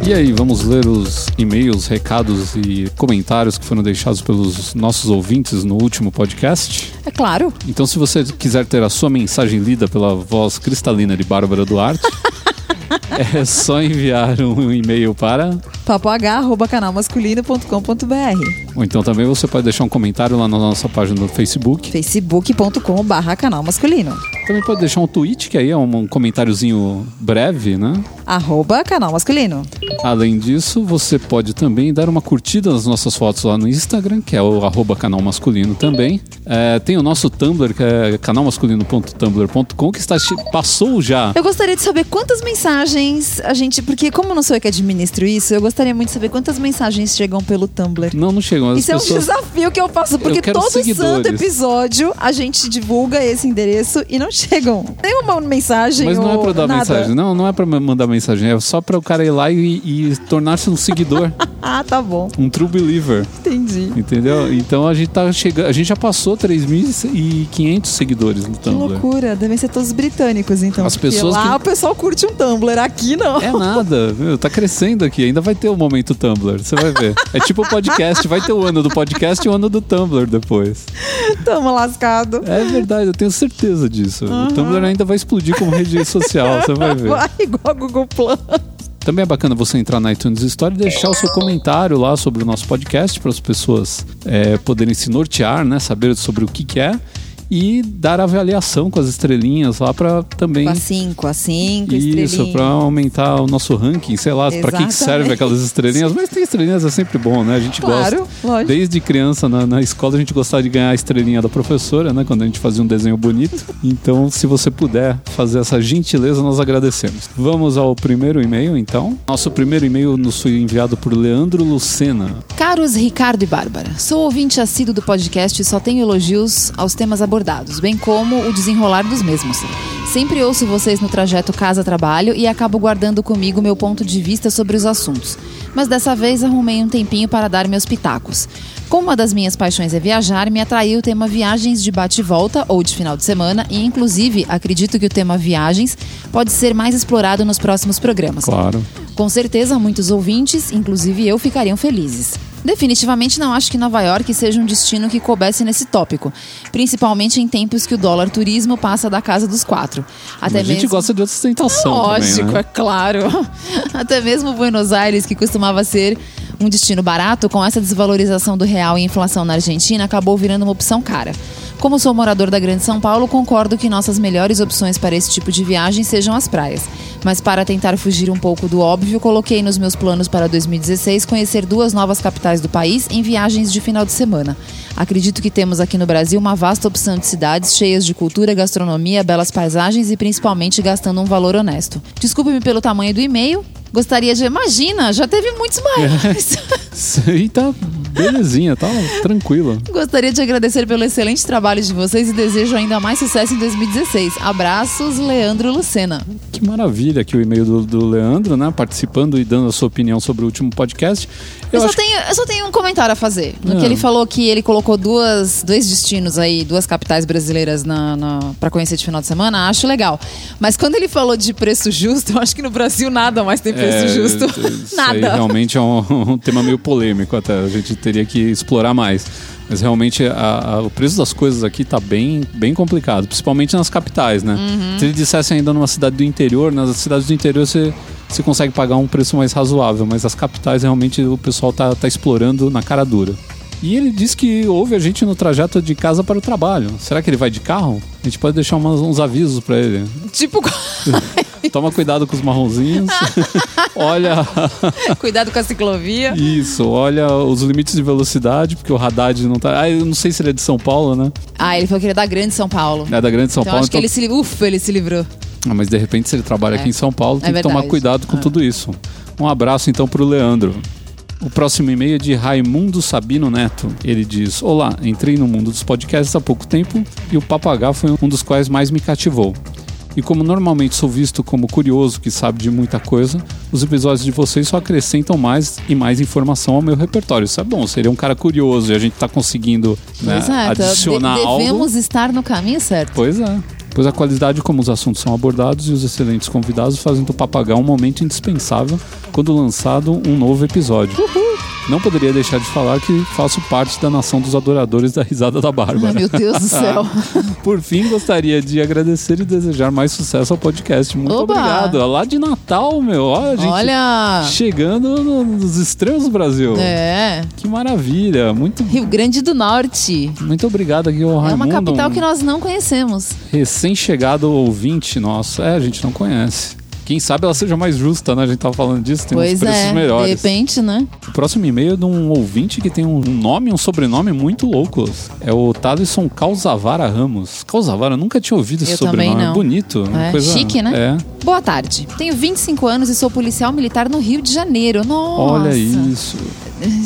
Speaker 1: E aí, vamos ler os e-mails, recados e comentários que foram deixados pelos nossos ouvintes no último podcast.
Speaker 5: É claro.
Speaker 1: Então, se você quiser ter a sua mensagem lida pela voz cristalina de Bárbara
Speaker 2: [laughs]
Speaker 1: Duarte, é só enviar um e-mail para.
Speaker 2: papoh.canalmasculino.com.br
Speaker 1: Ou então também você pode deixar um comentário lá na nossa página do Facebook.
Speaker 2: facebook.com barra canal masculino
Speaker 1: Também pode deixar um tweet, que aí é um um comentáriozinho breve, né?
Speaker 2: arroba canal masculino
Speaker 1: Além disso, você pode também dar uma curtida nas nossas fotos lá no Instagram, que é o arroba canal masculino também. É, tem o nosso Tumblr, que é canalmasculino.tumblr.com, que está, passou já.
Speaker 2: Eu gostaria de saber quantas mensagens a gente. Porque, como não sou eu que administro isso, eu gostaria muito de saber quantas mensagens chegam pelo Tumblr.
Speaker 1: Não, não chegou. As
Speaker 2: Isso é um
Speaker 1: pessoas-
Speaker 2: desafio que eu faço, porque
Speaker 1: Eu quero
Speaker 2: todo santo
Speaker 1: seguidores.
Speaker 2: episódio a gente divulga esse endereço e não chegam. Tem uma mensagem
Speaker 1: Mas não é
Speaker 2: ou
Speaker 1: pra dar
Speaker 2: nada.
Speaker 1: mensagem, não, não é pra mandar
Speaker 7: [laughs]
Speaker 1: mensagem, é só pra o cara ir lá e, e tornar-se um seguidor,
Speaker 2: Ah, tá bom.
Speaker 1: um true believer.
Speaker 7: Entendi.
Speaker 1: Entendeu? Então a gente tá chegando. A gente já passou 3.500 seguidores no
Speaker 7: Que
Speaker 1: Tumblr.
Speaker 7: loucura, devem ser todos britânicos, então.
Speaker 1: As
Speaker 7: porque
Speaker 1: pessoas
Speaker 7: lá
Speaker 1: que-
Speaker 7: o pessoal curte um Tumblr, aqui não.
Speaker 2: [laughs]
Speaker 1: É nada, meu, tá crescendo aqui. Ainda vai ter o momento Tumblr, você vai ver. É tipo o podcast, vai ter o ano do podcast e o ano do Tumblr depois.
Speaker 7: Tamo lascado.
Speaker 1: É verdade, eu tenho certeza disso. O Tumblr ainda vai explodir como rede social, você vai ver.
Speaker 7: Vai igual Google Plus.
Speaker 1: Também é bacana você entrar na iTunes Store e deixar o seu comentário lá sobre o nosso podcast para as pessoas é, poderem se nortear, né? Saber sobre o que, que é e dar avaliação com as estrelinhas lá para também.
Speaker 8: Com a 5, a 5,
Speaker 2: é
Speaker 1: Isso, para aumentar o nosso ranking, sei lá, para que que
Speaker 8: Exatamente.
Speaker 1: serve aquelas estrelinhas. Mas tem estrelinhas, é sempre bom, né? A gente
Speaker 7: Claro,
Speaker 1: gosta.
Speaker 7: lógico.
Speaker 1: Desde criança, na, na escola, a gente gostava de ganhar a estrelinha da professora, né? Quando a gente fazia um desenho bonito. Então, se você puder fazer essa gentileza, nós agradecemos. Vamos ao primeiro e-mail, então. Nosso primeiro e-mail nos foi enviado por Leandro Lucena.
Speaker 2: Caros Ricardo e Bárbara, sou ouvinte assíduo do podcast e só tenho elogios aos temas abordados, bem como o desenrolar dos mesmos. Sempre ouço vocês no trajeto casa-trabalho e acabo guardando comigo meu ponto de vista sobre os assuntos, mas dessa vez arrumei um tempinho para dar meus pitacos. Como uma das minhas paixões é viajar, me atraiu o tema viagens de bate e volta ou de final de semana, e inclusive acredito que o tema viagens pode ser mais explorado nos próximos programas.
Speaker 1: Claro.
Speaker 2: Com certeza, muitos ouvintes, inclusive eu, ficariam felizes. Definitivamente não acho que Nova York seja um destino que coubesse nesse tópico, principalmente em tempos que o dólar turismo passa da casa dos quatro. Até
Speaker 1: a gente
Speaker 2: mesmo...
Speaker 1: gosta de outra ostentação.
Speaker 2: Lógico,
Speaker 1: também, né? [laughs]
Speaker 2: é claro. [laughs] Até mesmo Buenos Aires, que costumava ser um destino barato, com essa desvalorização do real e inflação na Argentina, acabou virando uma opção cara. Como sou morador da Grande São Paulo, concordo que nossas melhores opções para esse tipo de viagem sejam as praias. Mas para tentar fugir um pouco do óbvio, coloquei nos meus planos para 2016 conhecer duas novas capitais do país em viagens de final de semana. Acredito que temos aqui no Brasil uma vasta opção de cidades cheias de cultura, gastronomia, belas paisagens e principalmente gastando um valor honesto. Desculpe-me pelo tamanho do e-mail. Gostaria de. Imagina, já teve muitos mais.
Speaker 1: E tá belezinha, tá tranquila.
Speaker 2: [laughs] Gostaria de agradecer pelo excelente trabalho de vocês e desejo ainda mais sucesso em 2016. Abraços, Leandro Lucena.
Speaker 1: Que maravilha que o e-mail do, do Leandro, né? Participando e dando a sua opinião sobre o último podcast.
Speaker 2: Eu,
Speaker 1: Eu,
Speaker 2: só
Speaker 1: acho
Speaker 2: tenho, eu só tenho um comentário a fazer. No
Speaker 1: Ah.
Speaker 2: que ele falou que ele colocou duas, dois destinos aí, duas capitais brasileiras na, na, para conhecer de final de semana, acho legal. Mas quando ele falou de preço justo, [laughs] eu acho que no Brasil nada mais tem
Speaker 1: que
Speaker 2: preço
Speaker 1: é,
Speaker 2: justo.
Speaker 1: isso aí [laughs]
Speaker 2: [laughs] nada.
Speaker 1: realmente é um, um tema meio polêmico até. A gente teria que explorar mais. Mas realmente a- a- o preço das coisas aqui tá bem, bem complicado, principalmente nas capitais, né?
Speaker 2: Uhum.
Speaker 1: Se ele dissesse ainda numa cidade do interior, nas cidades do interior você, você consegue pagar um preço mais razoável, mas as capitais realmente o pessoal tá, tá explorando na cara dura. E ele diz que ouve a gente no trajeto de casa para o trabalho. Será que ele vai de carro? A gente pode deixar umas- uns avisos para ele.
Speaker 2: Tipo, [laughs]
Speaker 1: Toma cuidado com os marronzinhos. olha
Speaker 2: cuidado com a ciclovia.
Speaker 1: isso, olha os limites de velocidade, porque o Haddad não tá. Ah, eu não sei se ele é de São Paulo, né?
Speaker 2: Ah, ele falou que ele é da Grande São Paulo.
Speaker 1: É da Grande São
Speaker 2: Então
Speaker 1: Paulo.
Speaker 2: acho que
Speaker 1: então-
Speaker 2: ele se livrou. Ufa, ele se livrou.
Speaker 1: Ah, mas de repente, se ele trabalha
Speaker 2: É.
Speaker 1: aqui em São Paulo, tem que
Speaker 2: verdade. Ah.
Speaker 1: tomar cuidado com tudo isso. Um abraço então pro Leandro. O próximo e-mail é de Raimundo Sabino Neto. Ele diz: Olá, entrei no mundo dos podcasts há pouco tempo e o Papagá foi um dos quais mais me cativou. E como normalmente sou visto como curioso que sabe de muita coisa, os episódios de vocês só acrescentam mais e mais informação ao meu repertório. Isso é bom, seria um cara curioso e a gente tá conseguindo né,
Speaker 2: Exato.
Speaker 1: adicionar
Speaker 2: De-
Speaker 1: algo.
Speaker 2: devemos estar no caminho certo.
Speaker 1: Pois é. Pois a qualidade como os assuntos são abordados e os excelentes convidados fazem do Papagá um momento indispensável quando lançado um novo episódio. Não poderia deixar de falar que faço parte da nação dos adoradores da risada da
Speaker 2: Ai,
Speaker 1: Bárbara.
Speaker 2: meu
Speaker 1: [laughs]
Speaker 2: Deus do céu.
Speaker 1: Por fim, gostaria de agradecer e desejar mais sucesso ao podcast. Muito
Speaker 2: Oba!
Speaker 1: obrigado. Lá de Natal, meu. Olha, a gente
Speaker 2: Olha.
Speaker 1: chegando no- nos extremos do Brasil.
Speaker 2: É.
Speaker 1: Que maravilha. Muito,
Speaker 2: Rio Grande do Norte.
Speaker 1: muito obrigado aqui ao
Speaker 2: É
Speaker 1: Raimundo.
Speaker 2: uma capital
Speaker 1: um-
Speaker 2: que nós não conhecemos.
Speaker 1: recém-chegado ouvinte nosso. É, a gente não conhece. Quem sabe ela seja mais justa, né? A gente tava falando disso, tem uns
Speaker 2: pois
Speaker 1: preços
Speaker 2: é, de
Speaker 1: melhores.
Speaker 2: repente, né?
Speaker 1: O próximo e-mail é de um ouvinte que tem um nome, um sobrenome muito loucos. É o Talisson Calzavara Ramos. Calzavara, eu nunca tinha ouvido esse
Speaker 2: Eu
Speaker 1: sobrenome.
Speaker 2: também não.
Speaker 1: Bonito. uma
Speaker 2: É,
Speaker 1: coisa-
Speaker 2: chique, né?
Speaker 1: É.
Speaker 2: Boa tarde. Tenho 25 anos e sou policial militar no Rio de Janeiro. Nossa.
Speaker 1: Olha isso.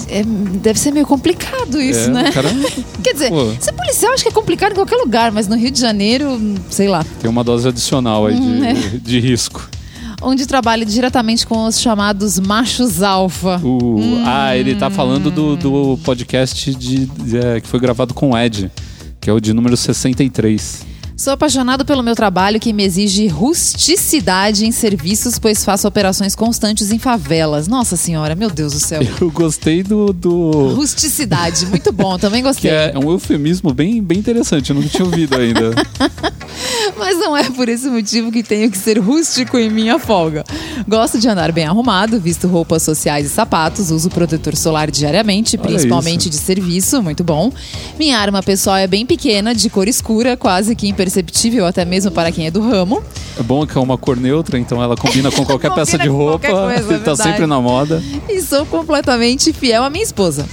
Speaker 2: É, deve ser meio complicado isso,
Speaker 1: É,
Speaker 2: né?
Speaker 1: o cara
Speaker 2: [laughs] Quer dizer,
Speaker 1: Pô.
Speaker 2: ser policial acho que é complicado em qualquer lugar, mas no Rio de Janeiro, sei lá. Hum, é.
Speaker 1: tem uma dose adicional aí de, de risco.
Speaker 2: onde trabalha diretamente com os chamados machos alfa.
Speaker 1: O- Ah, ele tá falando do,
Speaker 2: Hum.
Speaker 1: do podcast de, de- é, que foi gravado com o Ed, que é o de número 63.
Speaker 2: Sou apaixonado pelo meu trabalho que me exige rusticidade em serviços, pois faço operações constantes em favelas. Nossa senhora, meu Deus do
Speaker 1: [laughs]
Speaker 2: céu.
Speaker 1: Eu gostei do. do...
Speaker 2: Rusticidade, muito bom, também
Speaker 1: Que
Speaker 2: gostei.
Speaker 1: é um eufemismo bem, bem interessante, eu nunca tinha ouvido ainda.
Speaker 2: Mas não é por esse motivo que tenho que ser rústico em minha folga. Gosto de andar bem arrumado, visto roupas sociais e sapatos, uso protetor solar diariamente,
Speaker 1: Olha
Speaker 2: principalmente
Speaker 1: isso.
Speaker 2: de serviço, muito bom. Minha arma pessoal é bem pequena, de cor escura, quase que imperceptível até mesmo para quem é do ramo.
Speaker 1: É bom que é uma cor neutra, então ela combina com
Speaker 2: [laughs]
Speaker 1: qualquer peça
Speaker 2: Combina
Speaker 1: de
Speaker 2: com
Speaker 1: roupa,
Speaker 2: qualquer coisa, é
Speaker 1: ele tá
Speaker 2: verdade.
Speaker 1: sempre na moda.
Speaker 2: E sou completamente fiel à minha esposa.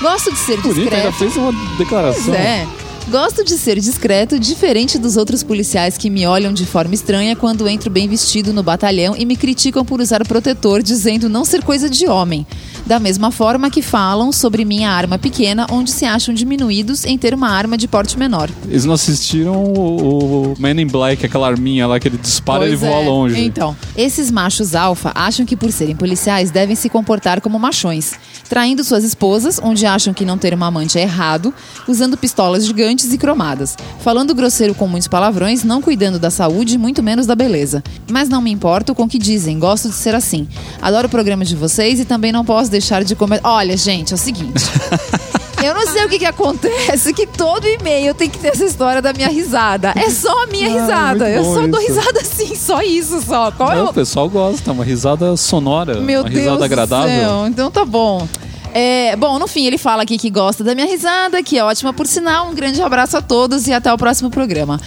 Speaker 2: Gosto de ser
Speaker 1: Bonita, ainda
Speaker 2: discreto.
Speaker 1: fez uma
Speaker 2: Pois
Speaker 1: declaração.
Speaker 2: é. Gosto de ser discreto, diferente dos outros policiais que me olham de forma estranha quando entro bem vestido no batalhão e me criticam por usar protetor, dizendo não ser coisa de homem. Da mesma forma que falam sobre minha arma pequena, onde se acham diminuídos em ter uma arma de porte menor.
Speaker 1: Eles não assistiram o, o Man in Black, aquela arminha lá que ele dispara e ele
Speaker 2: Pois
Speaker 1: voa
Speaker 2: é.
Speaker 1: longe.
Speaker 2: Então, esses machos alfa acham que por serem policiais devem se comportar como machões, traindo suas esposas, onde acham que não ter uma amante é errado, usando pistolas gigantes e cromadas, falando grosseiro com muitos palavrões, não cuidando da saúde, muito menos da beleza. Mas não me importo com o que dizem, gosto de ser assim. Adoro o programa de vocês e também não posso deixar de comer. Olha, gente, é
Speaker 1: [laughs]
Speaker 2: o seguinte. Eu não sei o que, que acontece, que todo e-mail tem que ter essa história da minha risada. É só a minha risada.
Speaker 1: muito
Speaker 2: Eu
Speaker 1: bom
Speaker 2: só dou
Speaker 1: isso.
Speaker 2: risada [laughs] assim, só isso, só. Qual é
Speaker 1: Não,
Speaker 2: o...
Speaker 1: o pessoal gosta, uma risada sonora,
Speaker 2: Meu
Speaker 1: uma
Speaker 2: Deus
Speaker 1: risada
Speaker 2: do
Speaker 1: agradável.
Speaker 2: céu, então tá bom. É, bom, no fim, ele fala aqui que gosta da minha risada, que é ótima por sinal. Um grande abraço a todos e até o próximo programa.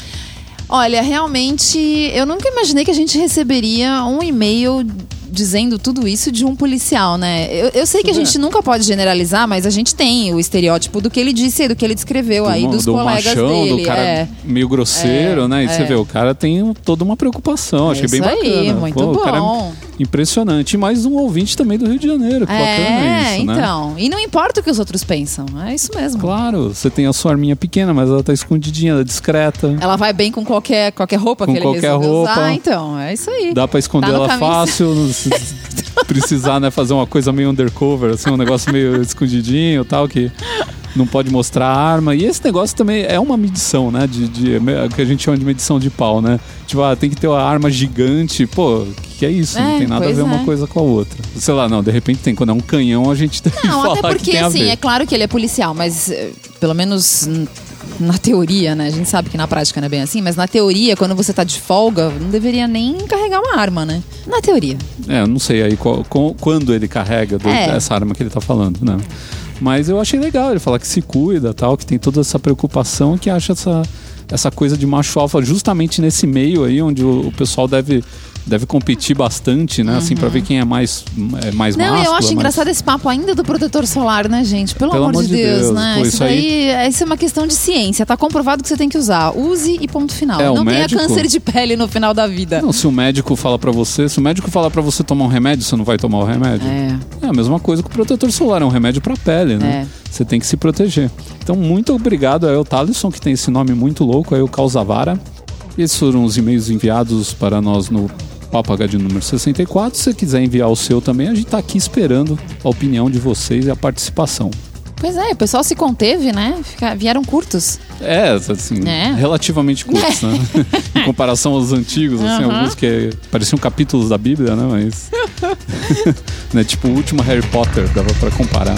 Speaker 2: Olha, realmente, eu nunca imaginei que a gente receberia um e-mail dizendo tudo isso de um policial, né? Eu, eu sei que a
Speaker 1: Tudo
Speaker 2: gente nunca pode generalizar, mas a gente tem o estereótipo do que ele disse e do que ele descreveu aí
Speaker 1: do,
Speaker 2: dos
Speaker 1: do
Speaker 2: colegas
Speaker 1: machão,
Speaker 2: dele.
Speaker 1: do cara
Speaker 2: é.
Speaker 1: meio grosseiro, né? E você vê, o cara tem um- toda uma preocupação, achei bem
Speaker 2: isso
Speaker 1: bacana.
Speaker 2: aí, muito
Speaker 1: Pô, o cara é
Speaker 2: bom.
Speaker 1: impressionante. E mais um ouvinte também do Rio de Janeiro, que bacana
Speaker 2: É,
Speaker 1: isso, né?
Speaker 2: então. E não importa o que os outros pensam, é isso mesmo.
Speaker 1: Claro, você tem a sua arminha pequena, mas ela tá escondidinha, ela é discreta.
Speaker 2: Ela vai bem com qualquer, qualquer roupa
Speaker 1: Com
Speaker 2: que ele
Speaker 1: qualquer
Speaker 2: resolveu
Speaker 1: roupa.
Speaker 2: usar, então. É isso aí.
Speaker 1: Dá pra esconder
Speaker 2: Tá no
Speaker 1: ela
Speaker 2: caminho
Speaker 1: fácil, não se-
Speaker 2: [laughs]
Speaker 1: precisar, né, fazer uma coisa meio undercover, assim, um negócio meio
Speaker 2: [laughs]
Speaker 1: escondidinho e tal, que não pode mostrar a arma. E esse negócio também é uma medição, né, de, de- que a gente chama de medição de pau, né? Tipo, ah, tem que ter uma arma gigante, pô, que, que é isso? não
Speaker 2: É,
Speaker 1: tem nada a
Speaker 2: pois
Speaker 1: ver uma
Speaker 2: é.
Speaker 1: coisa com a outra. Sei lá, não, de repente tem, quando é um canhão a gente tem que
Speaker 2: Não,
Speaker 1: falar
Speaker 2: até porque,
Speaker 1: que um tem a
Speaker 2: assim,
Speaker 1: ver.
Speaker 2: é claro que ele é policial, mas eh, pelo menos n- na teoria, né? A gente sabe que na prática não é bem assim, mas na teoria, quando você tá de folga, não deveria nem carregar uma arma, né? Na teoria.
Speaker 1: É, eu não sei aí qual- com- quando ele carrega do-
Speaker 2: É.
Speaker 1: essa arma que ele tá falando, né? Mas eu achei legal ele falar que se cuida tal, que tem toda essa preocupação, que acha essa, essa coisa de macho alfa justamente nesse meio aí, onde o, o pessoal deve, deve competir bastante, né? Assim, pra ver quem é mais, é mais
Speaker 2: Uhum. Não,
Speaker 1: másculo,
Speaker 2: eu acho
Speaker 1: mais-
Speaker 2: engraçado esse papo ainda do protetor solar, né, gente? Pelo, amor, de Deus, né?
Speaker 1: Pô,
Speaker 2: isso,
Speaker 1: isso aí-
Speaker 2: daí é- isso é uma questão de ciência. Tá comprovado que você tem que usar. Use e ponto final.
Speaker 1: É, o
Speaker 2: não tenha
Speaker 1: médico-
Speaker 2: câncer de pele no final da vida.
Speaker 1: Não, se o médico fala pra você, se o médico falar pra você tomar um remédio, você não vai tomar o remédio.
Speaker 2: É.
Speaker 1: É a mesma coisa que o protetor solar, é um remédio pra pele, né? Você tem que se proteger. Então, muito obrigado ao Thalisson, que tem esse nome muito louco, aí o Calzavara. Esses foram os e-mails enviados para nós no Papo HD número 64. Se você quiser enviar o seu também, a gente tá aqui esperando a opinião de vocês e a participação.
Speaker 2: Pois é, o pessoal se conteve, né? Fica- vieram curtos.
Speaker 1: É, assim,
Speaker 2: É.
Speaker 1: relativamente curtos, né? em comparação aos antigos, assim, alguns que pareciam capítulos da Bíblia, né? Mas. [laughs] né? Tipo o último Harry Potter, dava pra comparar.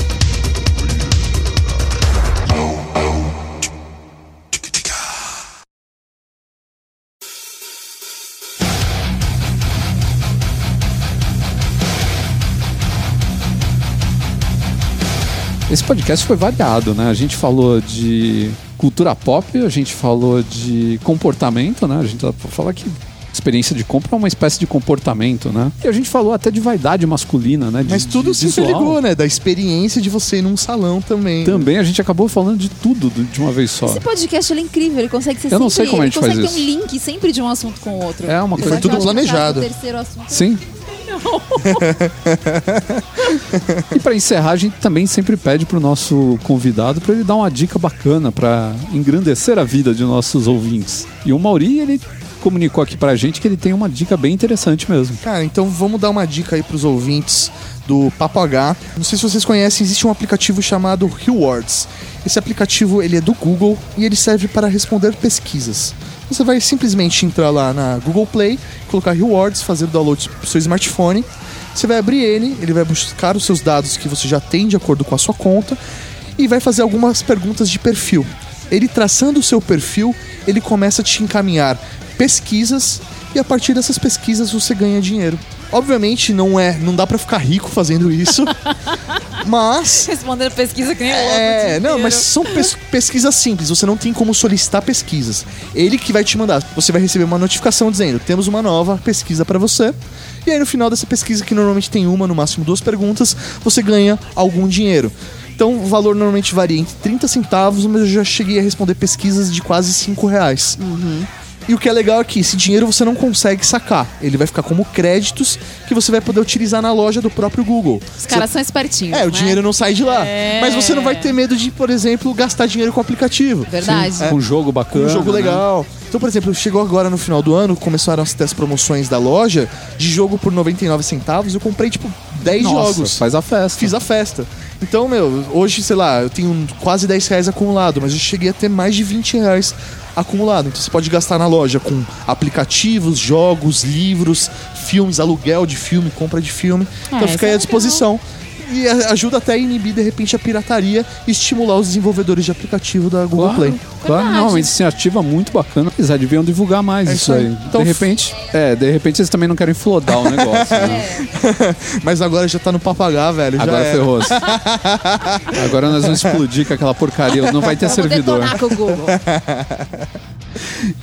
Speaker 1: Esse podcast foi variado, né? A gente falou de cultura pop, a gente falou de comportamento, né? A gente fala que experiência de compra é uma espécie de comportamento, né? E a gente falou até de vaidade masculina, né? De-
Speaker 3: Mas tudo
Speaker 1: de
Speaker 3: se
Speaker 1: visual.
Speaker 3: interligou, né? Da experiência de você ir num salão também.
Speaker 1: Também a gente acabou falando de tudo do- de uma vez só.
Speaker 2: Esse podcast ele é incrível, ele consegue ser
Speaker 1: Eu não
Speaker 2: sempre-
Speaker 1: sei como a
Speaker 2: ele
Speaker 1: gente faz
Speaker 2: consegue ter
Speaker 1: isso.
Speaker 2: um link sempre de um assunto com o outro.
Speaker 1: É uma
Speaker 3: E
Speaker 1: coisa
Speaker 3: foi
Speaker 1: que-
Speaker 3: tudo
Speaker 2: Eu acho que no caso do
Speaker 3: planejado.
Speaker 2: terceiro assunto-
Speaker 1: Sim. [laughs] e para encerrar, a gente também sempre pede pro nosso convidado para ele dar uma dica bacana para engrandecer a vida de nossos ouvintes. E o Mauri, ele comunicou aqui pra gente que ele tem uma dica bem interessante mesmo.
Speaker 3: Cara, então vamos dar uma dica aí pros ouvintes do Papo H. Não sei se vocês conhecem, existe um aplicativo chamado Rewards. Esse aplicativo ele é do Google e ele serve para responder pesquisas. Você vai simplesmente entrar lá na Google Play, colocar Rewards, fazer o download pro seu smartphone. Você vai abrir ele, ele vai buscar os seus dados que você já tem de acordo com a sua conta e vai fazer algumas perguntas de perfil. Ele traçando o seu perfil, ele começa a te encaminhar pesquisas e a partir dessas pesquisas você ganha dinheiro. Obviamente não é, não dá pra ficar rico fazendo isso, mas
Speaker 5: [laughs] Respondendo pesquisa que nem
Speaker 3: é, não, mas são pes- pesquisas simples, você não tem como solicitar pesquisas. Ele que vai te mandar. Você vai receber uma notificação dizendo: "Temos uma nova pesquisa pra você". E aí no final dessa pesquisa, que normalmente tem uma, no máximo duas perguntas, você ganha algum dinheiro. Então o valor normalmente varia entre 30 centavos, mas eu já cheguei a responder pesquisas de quase 5 reais.
Speaker 5: Uhum.
Speaker 3: E o que é legal é que esse dinheiro você não consegue sacar. Ele vai ficar como créditos que você vai poder utilizar na loja do próprio Google.
Speaker 5: Os caras são espertinhos.
Speaker 3: É, o
Speaker 5: né?
Speaker 3: dinheiro não sai de lá.
Speaker 5: É.
Speaker 3: Mas você não vai ter medo de, por exemplo, gastar dinheiro com o aplicativo.
Speaker 5: É Verdade.
Speaker 1: Um jogo
Speaker 3: Com
Speaker 1: bacana.
Speaker 3: um jogo
Speaker 1: né?
Speaker 3: legal. Então, por exemplo, chegou agora no final do ano, começaram a ter as promoções da loja de jogo por 99 centavos. Eu comprei, tipo, 10
Speaker 1: Nossa,
Speaker 3: jogos.
Speaker 1: Faz a festa.
Speaker 3: Fiz a festa. Então, meu, hoje, sei lá, eu tenho quase 10 reais acumulado, mas eu cheguei a ter mais de 20 reais acumulado. Então você pode gastar na loja com aplicativos, jogos, livros, filmes, aluguel de filme, compra de filme.
Speaker 1: Ah,
Speaker 3: então
Speaker 5: isso
Speaker 3: fica aí
Speaker 5: é
Speaker 3: à disposição. E a- ajuda até a inibir, de repente, a pirataria e estimular os desenvolvedores de aplicativo da Google
Speaker 1: Claro,
Speaker 3: Play.
Speaker 1: claro. Não, uma iniciativa muito bacana. Eles já deviam divulgar mais
Speaker 3: É
Speaker 1: isso
Speaker 3: isso
Speaker 1: aí.
Speaker 3: aí. Então,
Speaker 1: de repente, é, de repente eles também não querem flodar
Speaker 3: [laughs]
Speaker 1: o negócio. né?
Speaker 3: Mas agora já tá no papagá, velho. já é.
Speaker 1: Agora
Speaker 3: era.
Speaker 1: ferrou. Agora nós vamos explodir com aquela porcaria. Não vai ter
Speaker 5: Vamos
Speaker 1: servidor.
Speaker 5: detonar com o
Speaker 1: [laughs]
Speaker 5: Google.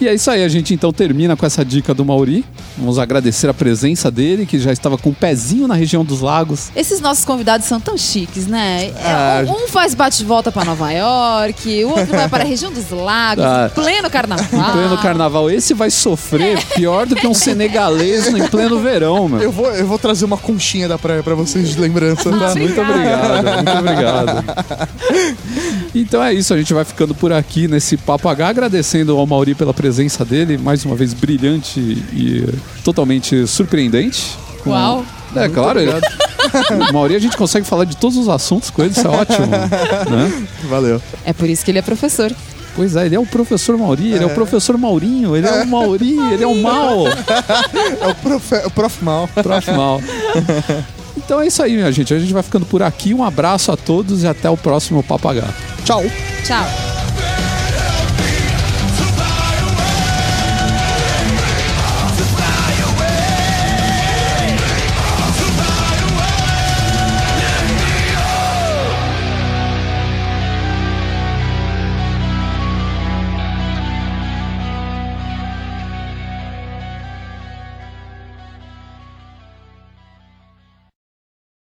Speaker 1: E é isso aí, a gente então termina com essa dica do Mauri. Vamos agradecer a presença dele, que já estava com o pezinho na região dos lagos.
Speaker 5: Esses nossos convidados são tão chiques, né? É,
Speaker 3: Ah.
Speaker 5: um faz bate-volta pra Nova York, o outro vai
Speaker 1: [laughs]
Speaker 5: para a região dos lagos,
Speaker 1: Ah.
Speaker 5: em pleno carnaval.
Speaker 1: Em pleno carnaval, esse vai
Speaker 5: [laughs]
Speaker 1: sofrer pior do que um senegalês no- em pleno verão, meu.
Speaker 3: Eu vou, eu vou trazer uma conchinha da praia pra vocês de lembrança. tá?
Speaker 1: Muito obrigado, muito obrigado. Então é isso, a gente vai ficando por aqui nesse Papo H, agradecendo ao Mauri pela presença dele, mais uma vez brilhante e totalmente surpreendente. Com-
Speaker 5: Uau.
Speaker 1: É, claro, ele... [laughs] o Mauri a gente consegue falar de todos os assuntos com ele, isso é ótimo. né?
Speaker 3: Valeu.
Speaker 5: É por isso que ele é professor.
Speaker 1: Pois é, ele é o professor Mauri, ele é, o professor Maurinho, ele é o Mauri, ele é o mal.
Speaker 3: É o prof, o prof mal.
Speaker 1: Prof. Mal. Então é isso aí, minha gente. A gente vai ficando por aqui. Um abraço a todos e até o próximo Papo H.
Speaker 3: Tchau.
Speaker 5: Tchau.